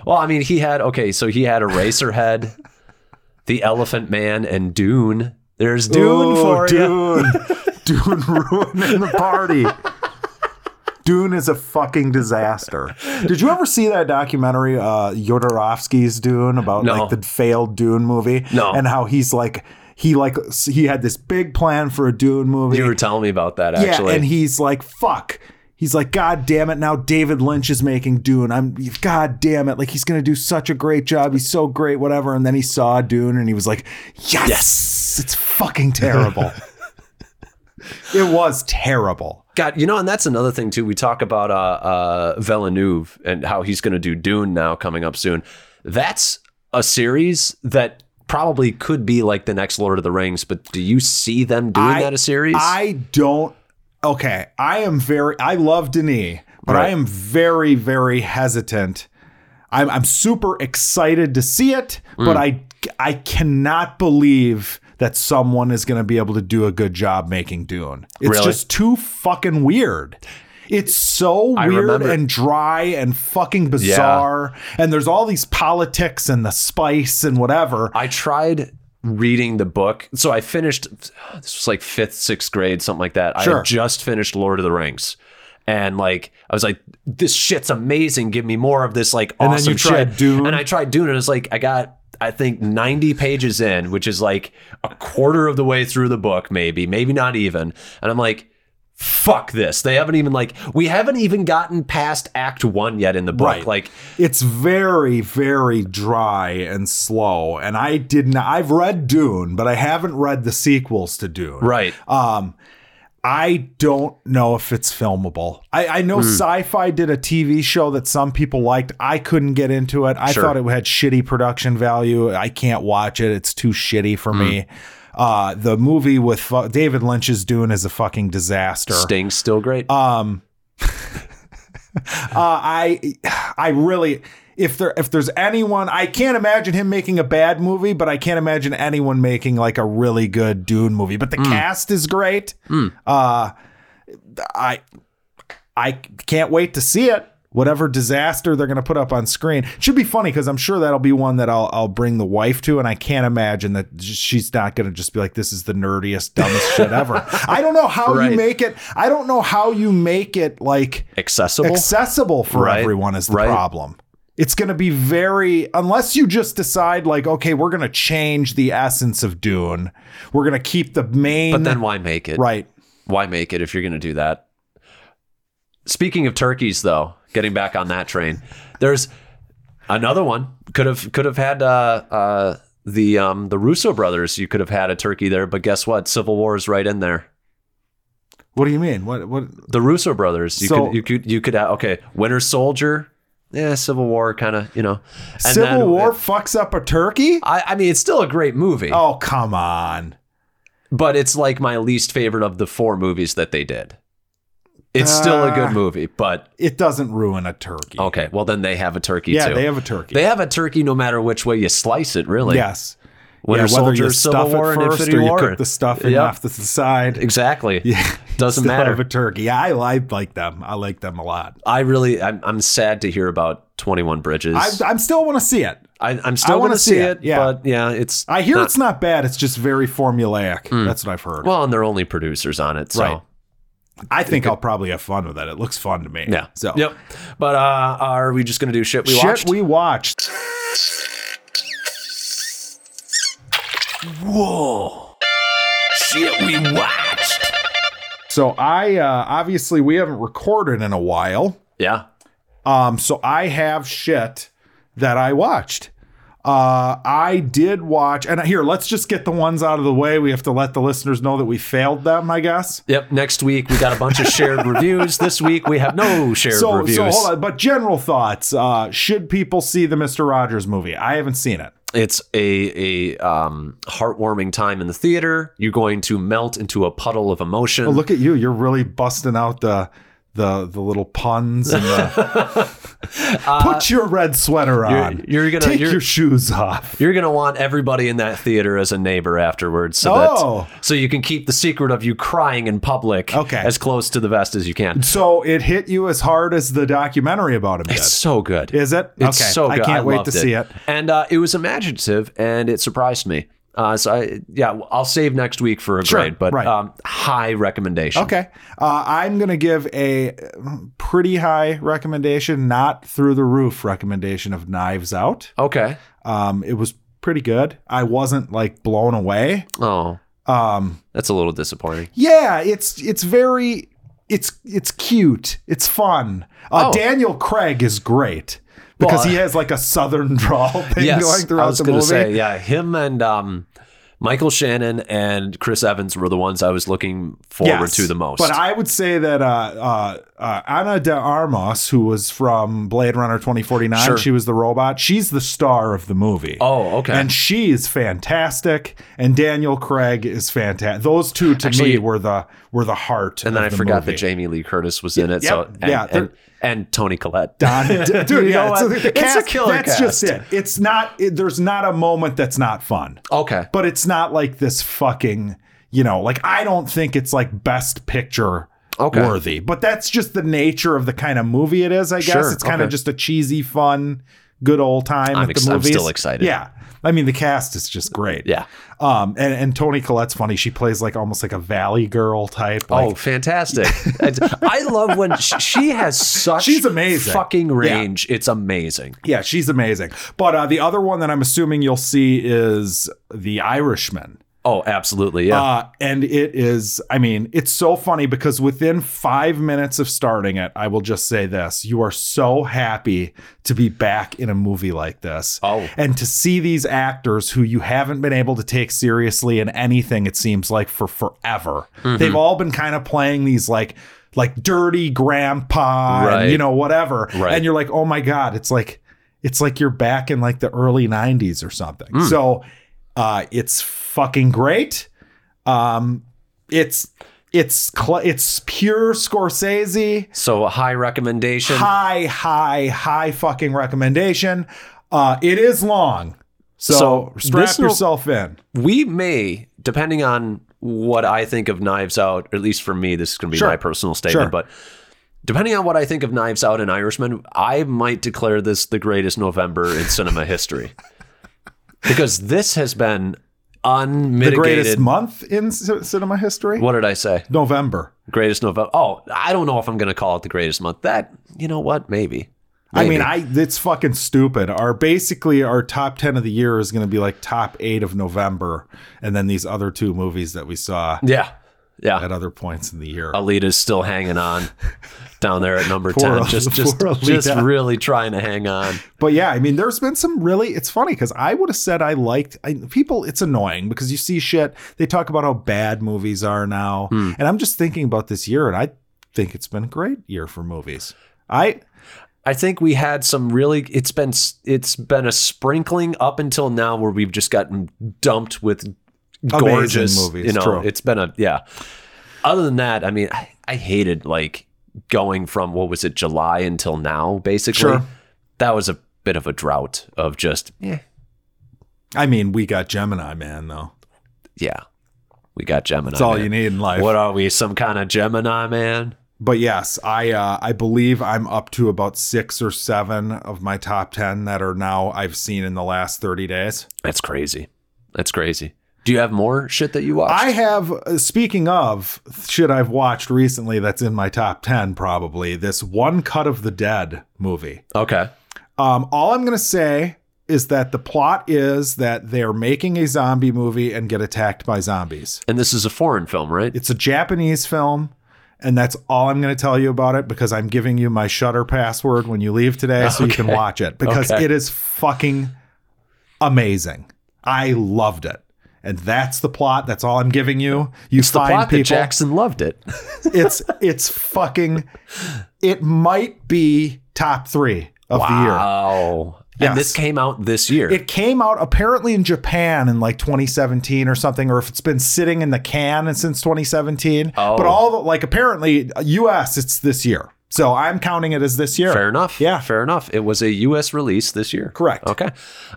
Speaker 2: Well, I mean, he had okay, so he had Eraserhead, (laughs) The Elephant Man, and Dune. There's Dune
Speaker 1: Ooh,
Speaker 2: for you.
Speaker 1: dune (laughs) dune ruining the party dune is a fucking disaster did you ever see that documentary uh yodorovsky's dune about
Speaker 2: No.
Speaker 1: like the failed dune movie
Speaker 2: No.
Speaker 1: and how he's like he like he had this big plan for a dune movie
Speaker 2: You were telling me about that actually.
Speaker 1: Yeah, and he's like, fuck. He's like, God damn it. Now David Lynch is making Dune. I'm, God damn it. Like, he's going to do such a great job. He's so great, whatever. And then he saw Dune and he was like, yes, it's fucking
Speaker 2: (laughs)
Speaker 1: terrible. it was terrible.
Speaker 2: God, you know, and that's another thing too. We talk about uh, uh, Villeneuve and how he's going to do Dune now coming up soon. That's a series that probably could be like the next Lord of the Rings, but do you see them doing
Speaker 1: I-
Speaker 2: that as series?
Speaker 1: I don't. Okay, I am very. I love Denis, but I
Speaker 2: Right.
Speaker 1: am very, very hesitant. I'm, I'm super excited to see it,
Speaker 2: Mm.
Speaker 1: but I I cannot believe that someone is going to be able to do a good job making Dune. It's
Speaker 2: Really?
Speaker 1: just too fucking weird. It's so
Speaker 2: I
Speaker 1: weird
Speaker 2: remember-
Speaker 1: and dry and fucking bizarre. And there's all these politics and the spice and whatever.
Speaker 2: I tried reading the book. So I finished this was like 5th, 6th grade, something like that. I
Speaker 1: Sure.
Speaker 2: had just finished Lord of the Rings. And like I was like this shit's amazing. Give me more of this like
Speaker 1: And
Speaker 2: awesome
Speaker 1: then you tried
Speaker 2: shit.
Speaker 1: Dune?
Speaker 2: And I tried Dune and it's like I got I think 90 pages in, which is like a quarter of the way through the book maybe, maybe not even. And I'm like fuck this. They haven't even like we haven't even gotten past act 1 yet in the book.
Speaker 1: Right.
Speaker 2: Like
Speaker 1: it's very very dry and slow and i didn't i've read dune but i haven't read the sequels to dune
Speaker 2: right.
Speaker 1: um i don't know if it's filmable i i
Speaker 2: Hmm.
Speaker 1: know sci-fi did a tv show that some people liked i couldn't get into it i
Speaker 2: Sure.
Speaker 1: thought it had shitty production value i can't watch it it's too shitty
Speaker 2: Hmm.
Speaker 1: for me uh the movie with fu- david lynch's dune is a fucking disaster
Speaker 2: Sting's still great.
Speaker 1: um, uh, I I really if there if there's anyone I can't imagine him making a bad movie, but I can't imagine anyone making like a really good Dune movie. But the cast is great. Uh, I I can't wait to see it. Whatever disaster they're going to put up on screen should be funny because I'm sure that'll be one that I'll I'll bring the wife to, and I can't imagine that j- she's not going to just be like, "This is the nerdiest, dumbest shit ever." I don't know how
Speaker 2: Right.
Speaker 1: you make it. I don't know how you make it like
Speaker 2: Accessible.
Speaker 1: accessible for
Speaker 2: Right.
Speaker 1: everyone is the
Speaker 2: Right.
Speaker 1: problem. It's going to be very unless you just decide like, okay, we're going to change the essence of Dune. We're going to keep the main.
Speaker 2: but then why make it?
Speaker 1: right.
Speaker 2: why make it if you're going to do that? Speaking of turkeys, though, getting back on that train, there's another one. Could have could have had uh, uh, the um, the Russo brothers. You could have had a turkey there, but guess what? Civil War is right in there.
Speaker 1: What do you mean? What what?
Speaker 2: The Russo brothers. You
Speaker 1: So-
Speaker 2: could you could you could have, okay. Winter Soldier. Yeah, Civil War kind of you know. And
Speaker 1: Civil
Speaker 2: then-
Speaker 1: War fucks up a turkey?
Speaker 2: I, I mean, it's still a great movie,
Speaker 1: Oh come on!
Speaker 2: but it's like my least favorite of the four movies that they did. It's still a
Speaker 1: Ah.
Speaker 2: good movie, but
Speaker 1: It doesn't ruin a turkey.
Speaker 2: Okay, well then they have a turkey
Speaker 1: yeah,
Speaker 2: Oh, too.
Speaker 1: they have a turkey.
Speaker 2: They have a turkey no matter which way you slice it, really.
Speaker 1: yes.
Speaker 2: Winter
Speaker 1: yeah, whether
Speaker 2: Soldier,
Speaker 1: you
Speaker 2: Civil
Speaker 1: stuff
Speaker 2: War,
Speaker 1: it
Speaker 2: and
Speaker 1: first
Speaker 2: Infinity
Speaker 1: or you
Speaker 2: War.
Speaker 1: cook the stuffing
Speaker 2: Yep,
Speaker 1: off to the side.
Speaker 2: Exactly.
Speaker 1: (laughs) Yeah,
Speaker 2: Doesn't
Speaker 1: Still
Speaker 2: matter.
Speaker 1: Have a turkey. Yeah, I, I like them. I like them a lot.
Speaker 2: I really, I'm, I'm sad to hear about 21 Bridges.
Speaker 1: I, I'm still want to see it.
Speaker 2: I, I'm still
Speaker 1: wanna
Speaker 2: going to
Speaker 1: see
Speaker 2: see
Speaker 1: it,
Speaker 2: it,
Speaker 1: yeah.
Speaker 2: but yeah, it's.
Speaker 1: I hear
Speaker 2: not-
Speaker 1: it's not bad. It's just very formulaic. That's what I've heard.
Speaker 2: Hmm. Well, and they're only producers on it, so.
Speaker 1: Right. I think I'll probably have fun with it. It looks fun to me.
Speaker 2: Yeah.
Speaker 1: So
Speaker 2: Yep. But uh, are we just going to do shit we
Speaker 1: shit
Speaker 2: watched?
Speaker 1: we watched.
Speaker 2: Whoa. Shit we watched.
Speaker 1: So I uh, obviously we haven't recorded in a while.
Speaker 2: Yeah.
Speaker 1: Um, so I have shit that I watched. Uh, I did watch, and here, let's just get the ones out of the way. We have to let the listeners know that we failed them, I guess.
Speaker 2: Yep. Next week, we got a bunch of shared reviews. This week, we have no shared
Speaker 1: So,
Speaker 2: reviews.
Speaker 1: so hold on. But general thoughts: uh, Should people see the Mister Rogers movie? I haven't seen it.
Speaker 2: it's a a um, heartwarming time in the theater. You're going to melt into a puddle of emotion.
Speaker 1: Well, look at you. You're really busting out the the the little puns and the.
Speaker 2: (laughs)
Speaker 1: Put your red sweater on.
Speaker 2: Uh, you're gonna-
Speaker 1: take
Speaker 2: you're-
Speaker 1: your shoes off.
Speaker 2: You're gonna want everybody in that theater as a neighbor afterwards, so
Speaker 1: Oh.
Speaker 2: that so you can keep the secret of you crying in public
Speaker 1: Okay.
Speaker 2: as close to the vest as you can.
Speaker 1: So it hit you as hard as the documentary about him did.
Speaker 2: It's so good.
Speaker 1: Is it?
Speaker 2: It's
Speaker 1: okay.
Speaker 2: so good.
Speaker 1: I can't wait
Speaker 2: loved
Speaker 1: to see it.
Speaker 2: And uh, it was imaginative, and it surprised me. Uh, so I, yeah, I'll save next week for a
Speaker 1: Sure,
Speaker 2: grade, but
Speaker 1: right.
Speaker 2: um, high recommendation.
Speaker 1: Okay. Uh, I'm going to give a pretty high recommendation, not through the roof recommendation of Knives Out.
Speaker 2: Okay.
Speaker 1: Um, it was pretty good. I wasn't like blown away.
Speaker 2: Oh,
Speaker 1: Um,
Speaker 2: that's a little disappointing.
Speaker 1: yeah, it's it's very it's it's cute. It's fun. Uh,
Speaker 2: Oh.
Speaker 1: Daniel Craig is great because
Speaker 2: Well,
Speaker 1: he has like a southern (laughs) drawl thing going
Speaker 2: I
Speaker 1: throughout
Speaker 2: was
Speaker 1: the
Speaker 2: gonna
Speaker 1: movie.
Speaker 2: Say, yeah, him and um, Michael Shannon and Chris Evans were the ones I was looking forward
Speaker 1: Yes,
Speaker 2: to the most.
Speaker 1: But I would say that uh, uh, uh, Ana de Armas, who was from Blade Runner 2049,
Speaker 2: Sure.
Speaker 1: she was the robot. She's the star of the movie.
Speaker 2: oh, okay.
Speaker 1: And she is fantastic, and Daniel Craig is fantastic. Those two to
Speaker 2: Actually-
Speaker 1: me were the were the heart.
Speaker 2: and then
Speaker 1: of
Speaker 2: I
Speaker 1: the
Speaker 2: forgot
Speaker 1: movie.
Speaker 2: that Jamie Lee Curtis was in it. so
Speaker 1: Yep.
Speaker 2: and,
Speaker 1: Yeah,
Speaker 2: and, and Tony Collette.
Speaker 1: Don, dude,
Speaker 2: You
Speaker 1: yeah,
Speaker 2: know
Speaker 1: it's, a,
Speaker 2: what?
Speaker 1: the
Speaker 2: It's a
Speaker 1: cast-
Speaker 2: killer
Speaker 1: That's just it. It's not. It, there's not a moment that's not fun.
Speaker 2: (laughs) Okay.
Speaker 1: but it's not like this fucking you know like i don't think it's like best picture
Speaker 2: Okay.
Speaker 1: worthy but that's just the nature of the kind of movie it is i guess
Speaker 2: Sure,
Speaker 1: it's kind of
Speaker 2: okay.
Speaker 1: just a cheesy fun good old time
Speaker 2: I'm
Speaker 1: at
Speaker 2: ex-
Speaker 1: the
Speaker 2: I'm
Speaker 1: movies
Speaker 2: still excited.
Speaker 1: yeah i mean the cast is just great
Speaker 2: Yeah.
Speaker 1: um and, and tony collette's funny she plays like almost like a valley girl type like (laughs)
Speaker 2: oh, fantastic! And I love when she, she has such
Speaker 1: She's amazing.
Speaker 2: fucking
Speaker 1: Yeah.
Speaker 2: range. It's amazing.
Speaker 1: yeah she's amazing but uh the other one that i'm assuming you'll see is the irishman
Speaker 2: Oh, absolutely. Yeah.
Speaker 1: Uh, and it is, I mean, it's so funny because within five minutes of starting it, I will just say this you are so happy to be back in a movie like this.
Speaker 2: Oh.
Speaker 1: And to see these actors who you haven't been able to take seriously in anything, it seems like for forever.
Speaker 2: Mm-hmm.
Speaker 1: They've all been kind of playing these like, like dirty grandpa,
Speaker 2: Right.
Speaker 1: and, you know, whatever.
Speaker 2: Right.
Speaker 1: And you're like, oh my God, it's like, it's like you're back in like the early 90s or something.
Speaker 2: Hmm.
Speaker 1: So uh, it's fucking great. Um, it's it's cl- it's pure Scorsese.
Speaker 2: so a high recommendation.
Speaker 1: High, high, high fucking recommendation. Uh, it is long, so,
Speaker 2: So
Speaker 1: strap
Speaker 2: this will-
Speaker 1: yourself in.
Speaker 2: we may, depending on what I think of Knives Out, at least for me, this is going to be
Speaker 1: Sure.
Speaker 2: my personal statement,
Speaker 1: Sure.
Speaker 2: but depending on what I think of Knives Out and Irishman, I might declare this the greatest November
Speaker 1: (laughs)
Speaker 2: in cinema history. Because this has been
Speaker 1: The
Speaker 2: unmitigated.
Speaker 1: greatest month in c- cinema history.
Speaker 2: what did I say?
Speaker 1: November.
Speaker 2: Greatest November. Oh, I don't know if I'm going to call it the greatest month. That, you know what? Maybe.
Speaker 1: I mean,
Speaker 2: Maybe.
Speaker 1: I it's fucking stupid. Our basically our top ten of the year is going to be like top eight of November, and then these other two movies that we saw
Speaker 2: Yeah. Yeah.
Speaker 1: at other points in the year.
Speaker 2: Alita's still hanging on down there at number
Speaker 1: (laughs) Poor
Speaker 2: 10.
Speaker 1: Al-
Speaker 2: Just, just,
Speaker 1: poor Alita.
Speaker 2: just really trying to hang on.
Speaker 1: But yeah, I mean, there's been some really. It's funny because I would have said I liked I, people. It's annoying because you see shit. They talk about how bad movies are now,
Speaker 2: Hmm.
Speaker 1: and I'm just thinking about this year, and I think it's been a great year for movies. I
Speaker 2: I think we had some really. It's been it's been a sprinkling up until now where we've just gotten dumped with gorgeous
Speaker 1: movies,
Speaker 2: You know,
Speaker 1: true.
Speaker 2: it's been a yeah. Other than that, I mean, I, I hated like going from what was it July until now. Basically,
Speaker 1: Sure.
Speaker 2: that was a bit of a drought of just yeah,
Speaker 1: I mean, we got Gemini Man though.
Speaker 2: yeah. We got Gemini.
Speaker 1: That's all
Speaker 2: man.
Speaker 1: you need in life.
Speaker 2: What are we? Some kind of Gemini man?
Speaker 1: But yes, I uh, I believe I'm up to about six or seven of my top ten that are now I've seen in the last thirty days.
Speaker 2: That's crazy. That's crazy. Do you have more shit that you watched?
Speaker 1: I have, uh, speaking of shit I've watched recently that's in my top 10, probably, this One Cut of the Dead movie.
Speaker 2: okay.
Speaker 1: Um, all I'm going to say is that the plot is that they're making a zombie movie and get attacked by zombies.
Speaker 2: And this is a foreign film, right?
Speaker 1: It's a Japanese film. And that's all I'm going to tell you about it because I'm giving you my shutter password when you leave today so you can
Speaker 2: Okay.
Speaker 1: watch it because
Speaker 2: Okay.
Speaker 1: it is fucking amazing. I loved it. And that's the plot. That's all I'm giving you. You
Speaker 2: the
Speaker 1: find
Speaker 2: plot
Speaker 1: people
Speaker 2: that (laughs) Jackson loved it.
Speaker 1: it's it's fucking it might be top three of
Speaker 2: Wow.
Speaker 1: Oh. Yes.
Speaker 2: And this came out this year.
Speaker 1: the year it came out apparently in japan in like 2017 or something or if it's been sitting in the can since 2017
Speaker 2: Oh.
Speaker 1: but all the, like apparently us it's this year so i'm counting it as this year
Speaker 2: fair enough.
Speaker 1: Yeah.
Speaker 2: Fair enough. It was a US release this year.
Speaker 1: Correct.
Speaker 2: Okay.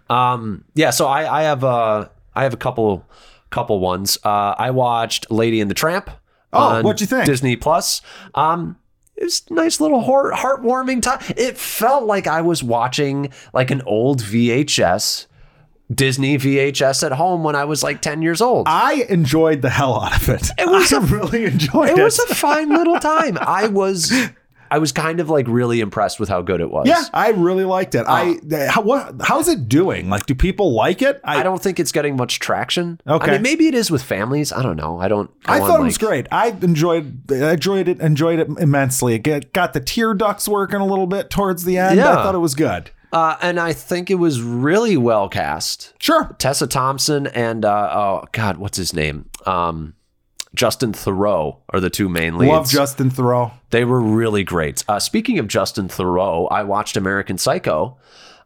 Speaker 2: Um, yeah, so I, I have uh I have a couple couple ones. Uh, I watched Lady and the Tramp.
Speaker 1: Oh,
Speaker 2: on
Speaker 1: what'd you think?
Speaker 2: Disney Plus. Um it was a nice little heart heartwarming time. It felt like I was watching like an old VHS, Disney VHS at home when I was like 10 years old.
Speaker 1: i enjoyed the hell out of it,
Speaker 2: It was
Speaker 1: (laughs) I
Speaker 2: a-
Speaker 1: really enjoyed it,
Speaker 2: it was a fine
Speaker 1: (laughs)
Speaker 2: little time. I was I was kind of like really impressed with how good it was.
Speaker 1: yeah i really liked it i how, what, how's it doing like do people like it
Speaker 2: Oh. I don't think it's getting much traction.
Speaker 1: Okay.
Speaker 2: I mean, maybe it is with families. I don't know. I don't.
Speaker 1: I
Speaker 2: go on,
Speaker 1: thought it was
Speaker 2: like-
Speaker 1: great. I enjoyed, I enjoyed it, enjoyed it immensely. It get, got the tear ducts working a little bit towards the end. I
Speaker 2: Yeah.
Speaker 1: thought it was good.
Speaker 2: Uh, and I think it was really well cast.
Speaker 1: Sure.
Speaker 2: Tessa Thompson and uh, oh god, what's his name? Um, Justin Thoreau are the two main leads.
Speaker 1: Love Justin Thoreau.
Speaker 2: They were really great. Uh, speaking of Justin Thoreau, I watched American Psycho.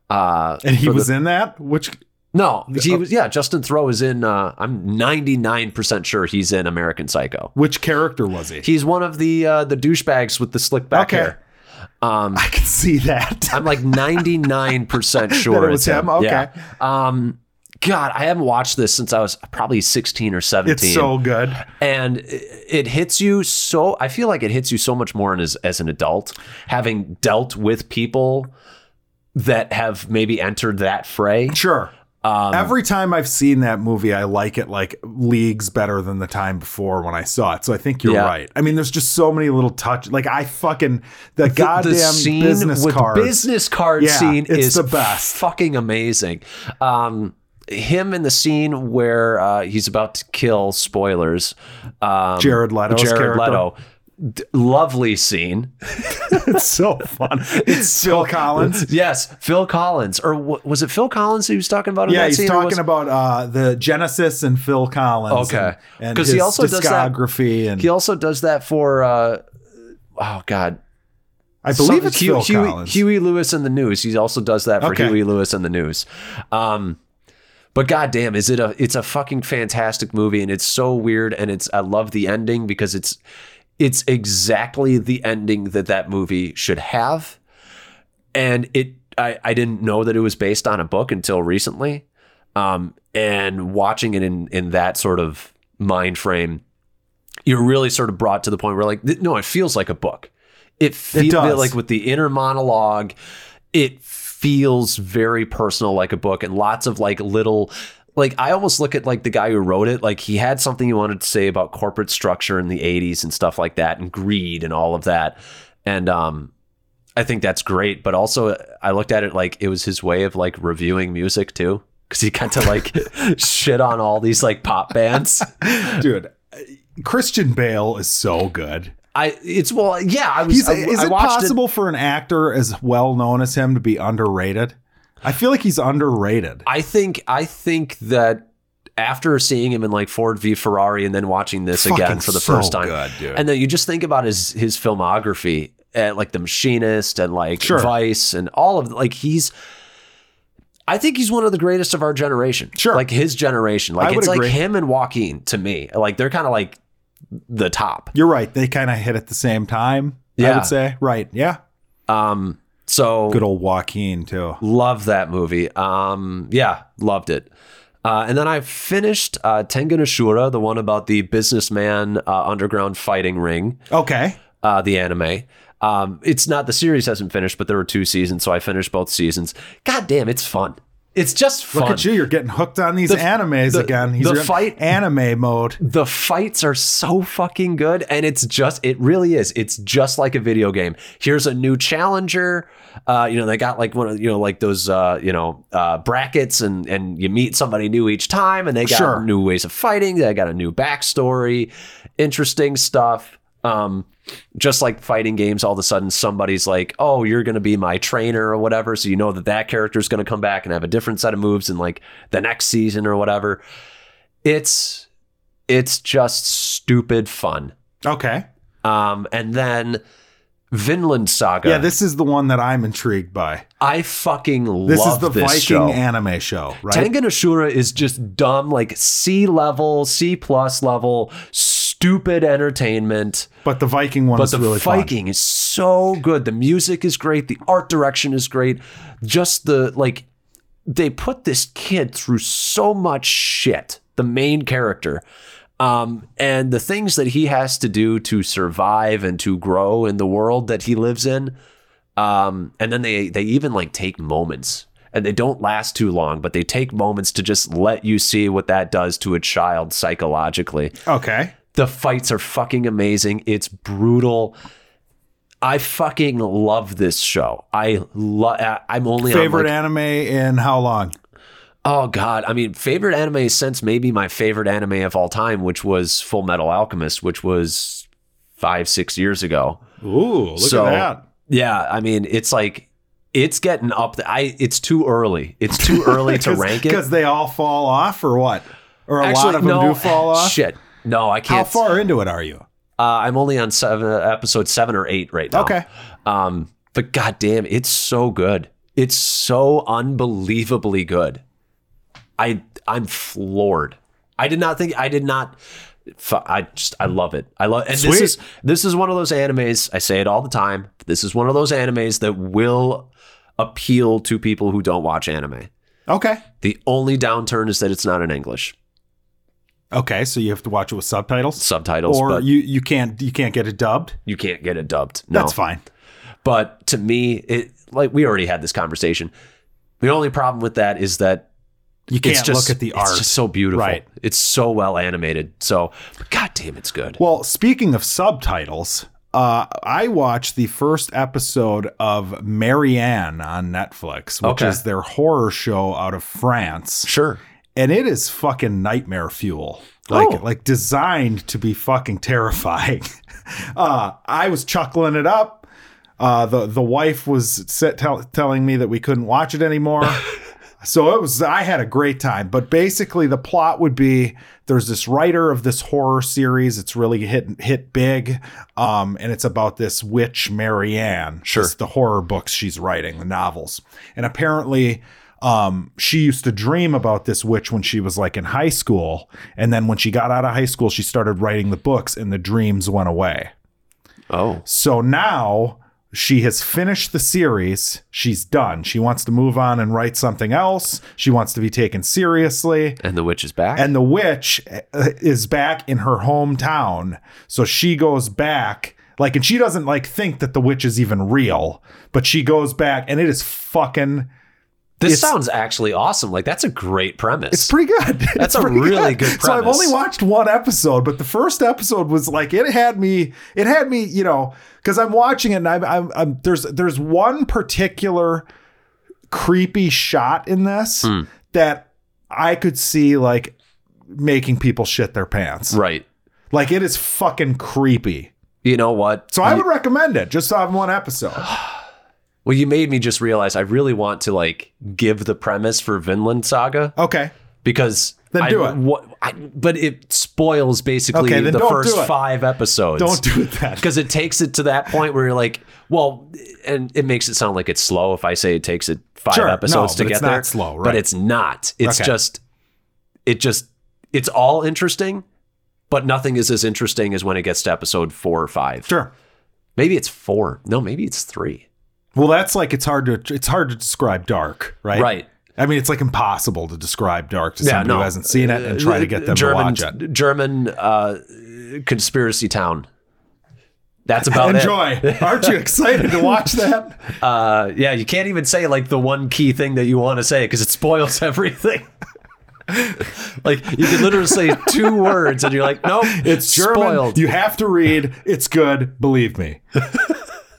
Speaker 2: Uh,
Speaker 1: And he
Speaker 2: for the-
Speaker 1: was in that, which
Speaker 2: no, he
Speaker 1: oh.
Speaker 2: was yeah. Justin Thoreau is in. Uh, I'm 99 percent sure he's in American Psycho.
Speaker 1: which character was he?
Speaker 2: He's one of the uh, the douchebags with the slick back
Speaker 1: Okay.
Speaker 2: hair. Um,
Speaker 1: I can see
Speaker 2: (laughs)
Speaker 1: that.
Speaker 2: I'm like 99
Speaker 1: (laughs)
Speaker 2: percent sure
Speaker 1: it was
Speaker 2: it's him.
Speaker 1: him? Okay.
Speaker 2: Yeah. Um, God, I haven't watched this since I was probably 16 or 17
Speaker 1: It's so good.
Speaker 2: and it it hits you so i feel like it hits you so much more in as, as an adult having dealt with people that have maybe entered that fray
Speaker 1: Sure.
Speaker 2: um,
Speaker 1: Every time I've seen that movie, I like it like leagues better than the time before when I saw it. So I think you're
Speaker 2: Yeah.
Speaker 1: right. I mean, there's just so many little touch. Like I fucking the,
Speaker 2: the-
Speaker 1: goddamn
Speaker 2: the scene
Speaker 1: business
Speaker 2: with
Speaker 1: cards.
Speaker 2: business card
Speaker 1: Yeah,
Speaker 2: scene
Speaker 1: it's
Speaker 2: is
Speaker 1: the best.
Speaker 2: fucking amazing um him in the scene where uh, he's about to kill spoilers um,
Speaker 1: Jared Leto's
Speaker 2: jared
Speaker 1: character.
Speaker 2: leto D- lovely scene
Speaker 1: (laughs)
Speaker 2: (laughs)
Speaker 1: it's so fun. It's Phil Collins.
Speaker 2: yes phil collins or w- was it phil collins he was talking about in
Speaker 1: Yeah,
Speaker 2: that
Speaker 1: he's
Speaker 2: scene or
Speaker 1: talking
Speaker 2: was-
Speaker 1: about uh, the Genesis and Phil Collins.
Speaker 2: Okay.
Speaker 1: and, and
Speaker 2: 'Cause
Speaker 1: his
Speaker 2: he also does that-
Speaker 1: discography, and
Speaker 2: He also does that for uh, oh god,
Speaker 1: I believe it's
Speaker 2: Hugh-
Speaker 1: Phil
Speaker 2: Huey,
Speaker 1: Collins.
Speaker 2: Huey Lewis in the News. He also does that for
Speaker 1: Okay.
Speaker 2: Huey Lewis in the News. Um, but goddamn, is it a? It's a fucking fantastic movie, and it's so weird, and it's I love the ending because it's it's exactly the ending that that movie should have, and it. I, I didn't know that it was based on a book until recently. Um, and watching it in, in that sort of mind frame, you're really sort of brought to the point where like, th- no, it feels like a book. It feels
Speaker 1: does.
Speaker 2: like with the inner monologue, it feels very personal like a book and lots of like little like I almost look at like the guy who wrote it, like he had something he wanted to say about corporate structure in the 80s and stuff like that and greed and all of that. And um I think that's great, but also I looked at it like it was his way of like reviewing music too cuz he got to like
Speaker 1: (laughs)
Speaker 2: shit on all these like pop bands.
Speaker 1: dude. Christian Bale is so good.
Speaker 2: I it's well yeah, I was
Speaker 1: He's,
Speaker 2: I,
Speaker 1: is
Speaker 2: I
Speaker 1: it
Speaker 2: watched
Speaker 1: possible for an actor as well known as him to be underrated? I feel like he's underrated.
Speaker 2: I think I think that after seeing him in like Ford v Ferrari and then watching this again
Speaker 1: Fucking
Speaker 2: for the
Speaker 1: so
Speaker 2: first time,
Speaker 1: good, dude.
Speaker 2: and then you just think about his his filmography, uh, like The Machinist and like
Speaker 1: Sure.
Speaker 2: Vice and all of like he's. I think he's one of the greatest of our generation.
Speaker 1: Sure.
Speaker 2: like his generation.
Speaker 1: I
Speaker 2: Like
Speaker 1: would
Speaker 2: it's
Speaker 1: agree.
Speaker 2: like him and Joaquin to me. Like they're kind of like the top.
Speaker 1: You're right. They kind of hit at the same time. I
Speaker 2: Yeah.
Speaker 1: would say. Right. Yeah.
Speaker 2: Um, so
Speaker 1: Good old Joaquin too.
Speaker 2: Love that movie. Um, yeah, loved it. Uh, and then I finished uh, Tengen Ashura, the one about the businessman uh, underground fighting ring,
Speaker 1: Okay.
Speaker 2: uh, the anime. Um, it's not the series hasn't finished, but there were two seasons, so I finished both seasons. God damn, it's fun. It's just fun.
Speaker 1: Look at you. You're getting hooked on these animes
Speaker 2: the-
Speaker 1: again. He's
Speaker 2: the
Speaker 1: in
Speaker 2: fight-
Speaker 1: anime mode.
Speaker 2: The fights are so fucking good, and it's just it really is. It's just like a video game. Here's a new challenger. Uh, you know, they got like one of you know like those uh, you know uh, brackets, and and you meet somebody new each time, and they got
Speaker 1: Sure.
Speaker 2: new ways of fighting. They got a new backstory, interesting stuff. Um, just like fighting games, all of a sudden somebody's like, "Oh, you're going to be my trainer or whatever," so you know that that character is going to come back and have a different set of moves in like the next season or whatever. It's it's just stupid fun.
Speaker 1: Okay.
Speaker 2: Um, and then Vinland Saga.
Speaker 1: Yeah. This is the one that I'm intrigued by.
Speaker 2: I fucking
Speaker 1: This
Speaker 2: love
Speaker 1: is the
Speaker 2: this
Speaker 1: Viking
Speaker 2: show.
Speaker 1: anime show, right?
Speaker 2: Tengen Ashura is just dumb, like C level, C plus level, stupid entertainment.
Speaker 1: but the Viking one
Speaker 2: But
Speaker 1: is
Speaker 2: the
Speaker 1: really fun.
Speaker 2: Viking is so good. The music is great. The art direction is great. Just the like, they put this kid through so much shit. The main character, um, and the things that he has to do to survive and to grow in the world that he lives in. Um, and then they they even like take moments. And they don't last too long, but they take moments to just let you see what that does to a child psychologically.
Speaker 1: Okay.
Speaker 2: The fights are fucking amazing. It's brutal. I fucking love this show. I love. I'm only
Speaker 1: Favorite
Speaker 2: On like,
Speaker 1: anime in how long?
Speaker 2: oh god. I mean, favorite anime since maybe my favorite anime of all time, which was Full Metal Alchemist, which was five six years ago.
Speaker 1: Ooh, look
Speaker 2: So- Yeah, I mean, it's like it's getting up. The, I it's too early. It's too
Speaker 1: (laughs)
Speaker 2: early to rank it.
Speaker 1: because they all fall off or what? Or a lot of them do fall off.
Speaker 2: Shit. No, I
Speaker 1: How
Speaker 2: can't.
Speaker 1: far into it are you?
Speaker 2: Uh, I'm only on seven, episode seven or eight right now.
Speaker 1: Okay.
Speaker 2: Um, but goddamn, it's so good. It's so unbelievably good. I I'm floored. I did not think I did not. fu- I just I love it. I love and this
Speaker 1: Sweet.
Speaker 2: is this is one of those animes. I say it all the time. This is one of those animes that will appeal to people who don't watch anime.
Speaker 1: Okay.
Speaker 2: The only downturn is that it's not in English
Speaker 1: Okay, so you have to watch it with subtitles,
Speaker 2: subtitles,
Speaker 1: or
Speaker 2: but you,
Speaker 1: you you can't you can't get it dubbed.
Speaker 2: can't get it dubbed. No.
Speaker 1: That's fine.
Speaker 2: But to me, it like we already had this conversation. The only problem with that is that
Speaker 1: You
Speaker 2: it's
Speaker 1: can't
Speaker 2: just
Speaker 1: look at the art.
Speaker 2: It's just so beautiful.
Speaker 1: Right.
Speaker 2: It's so well animated. So, god damn, it's good.
Speaker 1: Well, speaking of subtitles, uh, I watched the first episode of Marianne on Netflix, which
Speaker 2: Okay.
Speaker 1: is their horror show out of France,
Speaker 2: sure.
Speaker 1: and it is fucking nightmare fuel. Like
Speaker 2: Oh.
Speaker 1: like designed to be fucking terrifying. (laughs) uh, I was chuckling it up. Uh, the the wife was set, tell, telling me that we couldn't watch it anymore. So it was I had a great time, but basically the plot would be there's this writer of this horror series. It's really hit hit big, um, and it's about this witch Marianne.
Speaker 2: Sure.
Speaker 1: It's the horror books she's writing, the novels, and apparently. Um, she used to dream about this witch when she was like in high school, and then when she got out of high school, she started writing the books, and the dreams went away.
Speaker 2: Oh.
Speaker 1: So now she has finished the series. She's done. She wants to move on and write something else. She wants to be taken seriously.
Speaker 2: And the witch is back.
Speaker 1: And the witch uh, is back in her hometown. So she goes back. Like, and she doesn't like think that the witch is even real, but she goes back and it is fucking,
Speaker 2: this
Speaker 1: it's-
Speaker 2: sounds actually awesome. Like that's a great premise.
Speaker 1: it's pretty good. (laughs) It's
Speaker 2: That's a
Speaker 1: pretty
Speaker 2: really good
Speaker 1: So I've
Speaker 2: premise.
Speaker 1: only watched one episode, but the first episode was like it had me. It had me, you know, because I'm watching it and I'm, I'm, I'm there's there's one particular creepy shot in this
Speaker 2: Hmm.
Speaker 1: that I could see like making people shit their pants.
Speaker 2: right.
Speaker 1: Like it is fucking creepy.
Speaker 2: You know what?
Speaker 1: So I would recommend it just on one episode.
Speaker 2: well, you made me just realize I really want to like give the premise for Vinland Saga
Speaker 1: Okay.
Speaker 2: because
Speaker 1: Then
Speaker 2: I-
Speaker 1: do it.
Speaker 2: What, I, but it spoils basically
Speaker 1: Okay, then
Speaker 2: the
Speaker 1: don't
Speaker 2: first
Speaker 1: do it.
Speaker 2: five episodes.
Speaker 1: Don't do
Speaker 2: (laughs)
Speaker 1: that.
Speaker 2: because it takes it to that point where you're like, well, and it makes it sound like it's slow if I say it takes it five
Speaker 1: Sure, no,
Speaker 2: episodes to
Speaker 1: but
Speaker 2: get
Speaker 1: it's
Speaker 2: there.
Speaker 1: not slow,
Speaker 2: But
Speaker 1: right.
Speaker 2: it's not. It's
Speaker 1: Okay.
Speaker 2: just, it just, it's all interesting, but nothing is as interesting as when it gets to episode four or five.
Speaker 1: Sure.
Speaker 2: Maybe it's four. No, maybe it's three.
Speaker 1: Well, that's like it's hard to it's hard to describe dark, right?
Speaker 2: Right.
Speaker 1: I mean, it's like impossible to describe dark to somebody
Speaker 2: no.
Speaker 1: who hasn't seen it and try to get them
Speaker 2: German,
Speaker 1: to watch it.
Speaker 2: German uh, conspiracy town.
Speaker 1: (laughs)
Speaker 2: That's about it.
Speaker 1: Enjoy. Aren't you excited to (laughs) watch
Speaker 2: (laughs)
Speaker 1: that?
Speaker 2: Uh, yeah, you can't even say like the one key thing that you want to say because it spoils (laughs) everything. like you could literally say two words and you're like, nope,
Speaker 1: (laughs) It's German.
Speaker 2: spoiled.
Speaker 1: You have to read. It's good. Believe
Speaker 2: (laughs)
Speaker 1: me.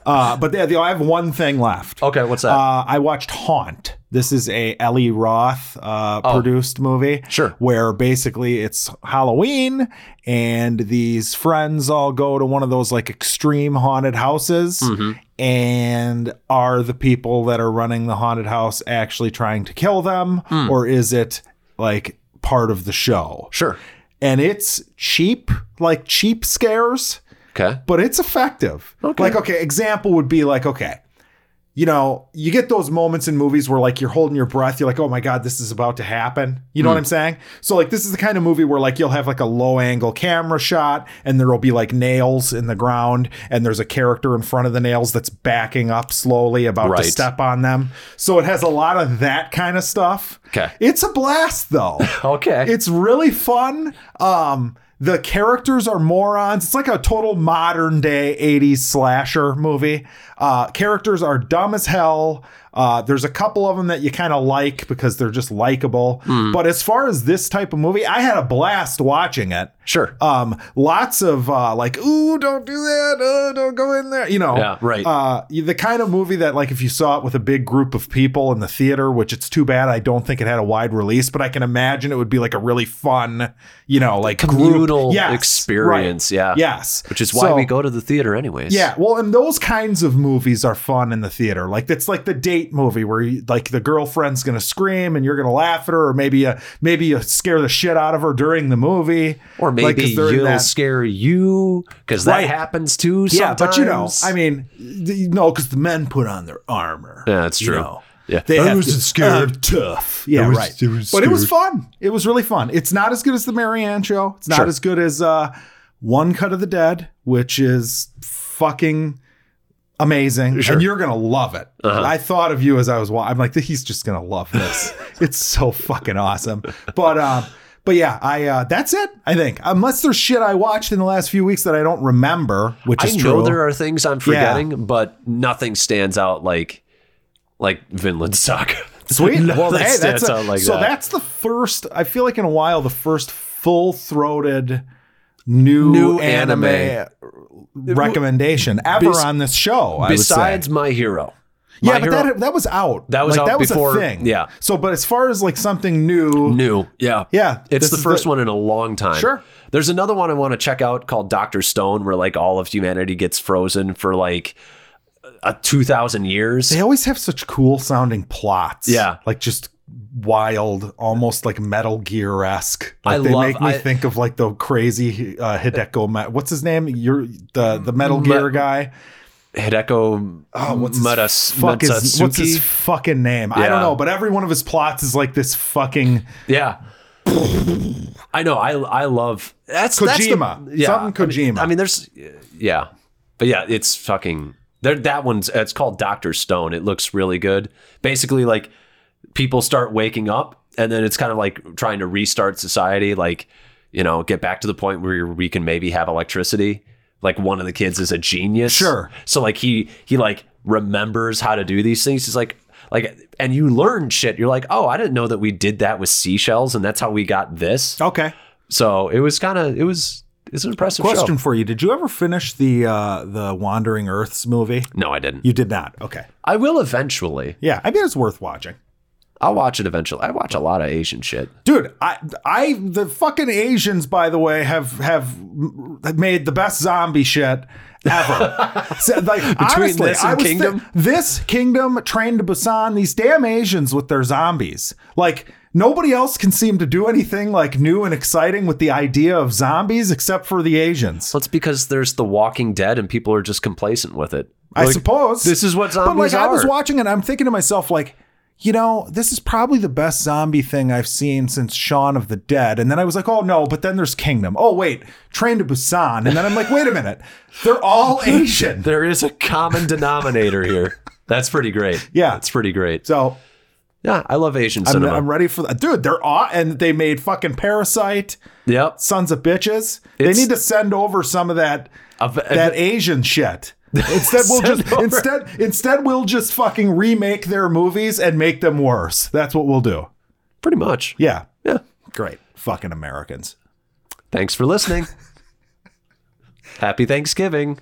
Speaker 1: Uh, but yeah, the- I have one thing left.
Speaker 2: okay, what's that?
Speaker 1: Uh, I watched Haunt. This is a Ellie Roth uh, produced movie.
Speaker 2: Oh. Sure.
Speaker 1: Where basically it's Halloween and these friends all go to one of those like extreme haunted houses.
Speaker 2: Mm-hmm.
Speaker 1: And are the people that are running the haunted house actually trying to kill them?
Speaker 2: Hmm.
Speaker 1: Or is it like part of the show?
Speaker 2: sure.
Speaker 1: And it's cheap, like cheap scares
Speaker 2: Okay.
Speaker 1: but it's effective.
Speaker 2: Okay.
Speaker 1: Like, okay, example would be like, okay, you know, you get those moments in movies where like you're holding your breath, you're like, oh my God, this is about to happen. You
Speaker 2: Hmm.
Speaker 1: know what I'm saying? So, like, this is the kind of movie where like you'll have like a low angle camera shot and there'll be like nails in the ground and there's a character in front of the nails that's backing up slowly about
Speaker 2: Right.
Speaker 1: to step on them. So, it has a lot of that kind of stuff.
Speaker 2: Okay. Oh,
Speaker 1: It's a blast
Speaker 2: (laughs)
Speaker 1: though.
Speaker 2: Okay.
Speaker 1: It's really fun. Um, the characters are morons. It's like a total modern day 80s slasher movie. Uh, characters are dumb as hell. Uh, there's a couple of them that you kind of like because they're just likable. But as far as this type of movie, I had a blast watching it.
Speaker 2: sure.
Speaker 1: Um, lots of uh, like, ooh, don't do that. Uh, don't go in there. You know,
Speaker 2: Yeah, right.
Speaker 1: Uh, the kind of movie that, like, if you saw it with a big group of people in the theater, which it's too bad, I don't think it had a wide release, but I can imagine it would be like a really fun, you know, like group-
Speaker 2: Communal
Speaker 1: Yes,
Speaker 2: experience.
Speaker 1: right.
Speaker 2: Yeah.
Speaker 1: Yes,
Speaker 2: Which is why
Speaker 1: So-
Speaker 2: we go to the theater anyways.
Speaker 1: yeah, well, and those kinds of movies are fun in the theater. Like that's like the date movie where you, like the girlfriend's gonna scream and you're gonna laugh at her, or maybe you maybe you scare the shit out of her during the movie,
Speaker 2: Or
Speaker 1: Like,
Speaker 2: maybe
Speaker 1: 'cause they're in
Speaker 2: you'll
Speaker 1: that-
Speaker 2: scare you because that
Speaker 1: Right.
Speaker 2: happens too.
Speaker 1: Yeah, but you know,
Speaker 2: sometimes.
Speaker 1: I mean, th- no, because the men put on their armor.
Speaker 2: Yeah, that's
Speaker 1: you
Speaker 2: true.
Speaker 1: know.
Speaker 2: Yeah.
Speaker 1: They
Speaker 3: I
Speaker 1: have
Speaker 3: wasn't
Speaker 1: to-
Speaker 3: scared.
Speaker 1: I'm tough. Yeah,
Speaker 3: was-
Speaker 1: right.
Speaker 3: I was
Speaker 1: but it was
Speaker 3: scared.
Speaker 1: fun. It was really fun. It's not as good as the Marianne show. It's not
Speaker 2: Sure.
Speaker 1: as good as uh, One Cut of the Dead, which is fucking amazing.
Speaker 2: Sure.
Speaker 1: And you're gonna love it.
Speaker 2: Uh-huh.
Speaker 1: I thought of you as I was watching. I'm like, he's just gonna love
Speaker 2: (laughs)
Speaker 1: this. it's so fucking awesome. But um, but yeah, I uh, that's it. I think unless there's shit I watched in the last few weeks that I don't remember, which
Speaker 2: I
Speaker 1: is
Speaker 2: know
Speaker 1: true.
Speaker 2: there are things I'm forgetting, but nothing stands out like like Vinland Saga. (laughs)
Speaker 1: Sweet.
Speaker 2: Nothing
Speaker 1: Well, hey,
Speaker 2: stands
Speaker 1: that's a-
Speaker 2: out like
Speaker 1: so
Speaker 2: that.
Speaker 1: that's the first. I feel like in a while, the first full throated new,
Speaker 2: New
Speaker 1: anime,
Speaker 2: anime.
Speaker 1: recommendation ever
Speaker 2: Bes-
Speaker 1: on this show. I would say.
Speaker 2: Besides My Hero.
Speaker 1: yeah,
Speaker 2: My
Speaker 1: but
Speaker 2: Hero-
Speaker 1: that that was out.
Speaker 2: That was
Speaker 1: Like,
Speaker 2: out
Speaker 1: that was
Speaker 2: before-
Speaker 1: a thing.
Speaker 2: yeah.
Speaker 1: So, but as far as like something new,
Speaker 2: new. Yeah.
Speaker 1: yeah,
Speaker 2: It's
Speaker 1: this
Speaker 2: the
Speaker 1: is
Speaker 2: first one in a long time.
Speaker 1: Sure.
Speaker 2: There's another one I want to check out called Doctor Stone, where like all of humanity gets frozen for like a two thousand years.
Speaker 1: They always have such cool sounding plots.
Speaker 2: Yeah.
Speaker 1: like just wild, almost like Metal Gear esque.
Speaker 2: I
Speaker 1: Like they
Speaker 2: love-
Speaker 1: make me
Speaker 2: I-
Speaker 1: think of like the crazy uh, Hideko. Ma- what's his name? You're the the Metal Gear
Speaker 2: Me-
Speaker 1: guy.
Speaker 2: Hideko
Speaker 1: Oh, what's his,
Speaker 2: Matas-
Speaker 1: fuck his, what's his
Speaker 2: Matsutsuki?
Speaker 1: fucking name? I
Speaker 2: Yeah.
Speaker 1: don't know, but every one of his plots is like this fucking
Speaker 2: Yeah. I know. I I love that's that's the-
Speaker 1: Kojima. Something
Speaker 2: I mean-
Speaker 1: Kojima.
Speaker 2: I mean, there's yeah, but yeah, it's fucking there. That one's it's called Doctor Stone. It looks really good. Basically, like people start waking up, and then it's kind of like trying to restart society. Like you know, get back to the point where we can maybe have electricity. Like one of the kids is a genius.
Speaker 1: Sure.
Speaker 2: So like he he like remembers how to do these things. He's like like and you learn shit. You're like, oh, I didn't know that we did that with seashells, and that's how we got this.
Speaker 1: okay.
Speaker 2: So it was kind of it was it's an impressive
Speaker 1: Question
Speaker 2: Show.
Speaker 1: for you: Did you ever finish the uh, the Wandering Earths movie?
Speaker 2: No, I didn't.
Speaker 1: You did not. Okay.
Speaker 2: I will eventually.
Speaker 1: Yeah, I mean it's worth watching.
Speaker 2: I'll watch it eventually. I watch a lot of Asian shit.
Speaker 1: Dude, I, I, the fucking Asians, by the way, have have made the best zombie shit
Speaker 2: (laughs)
Speaker 1: ever. So, like, honestly,
Speaker 2: this and
Speaker 1: I was thi-
Speaker 2: Kingdom?
Speaker 1: this kingdom, Train to Busan, these damn Asians with their zombies, like. Nobody else can seem to do anything like new and exciting with the idea of zombies except for the Asians.
Speaker 2: That's because there's The Walking Dead and people are just complacent with it.
Speaker 1: I
Speaker 2: Like,
Speaker 1: suppose
Speaker 2: this is what
Speaker 1: But like
Speaker 2: zombies
Speaker 1: I was
Speaker 2: are.
Speaker 1: watching it, I'm thinking to myself, like, you know, this is probably the best zombie thing I've seen since Shaun of the Dead. And then I was like, oh no, but then there's Kingdom. Oh wait, Train to Busan. And then I'm like, wait a minute, they're
Speaker 2: (laughs)
Speaker 1: all Asian.
Speaker 2: There is a common denominator here. That's pretty great.
Speaker 1: Yeah.
Speaker 2: That's pretty great.
Speaker 1: So
Speaker 2: Yeah, I love Asian
Speaker 1: I'm,
Speaker 2: cinema.
Speaker 1: I'm ready for that, dude. They're all and they made fucking Parasite,
Speaker 2: yep.
Speaker 1: sons of bitches.
Speaker 2: It's-
Speaker 1: they need to send over some of that
Speaker 2: Of-
Speaker 1: that Asian
Speaker 2: (laughs)
Speaker 1: shit. Instead, we'll
Speaker 2: Send
Speaker 1: just
Speaker 2: over.
Speaker 1: instead instead we'll just fucking remake their movies and make them worse. That's what we'll do.
Speaker 2: pretty much.
Speaker 1: Yeah.
Speaker 2: Yeah.
Speaker 1: Great. Fucking Americans.
Speaker 2: Thanks for listening. Happy Thanksgiving.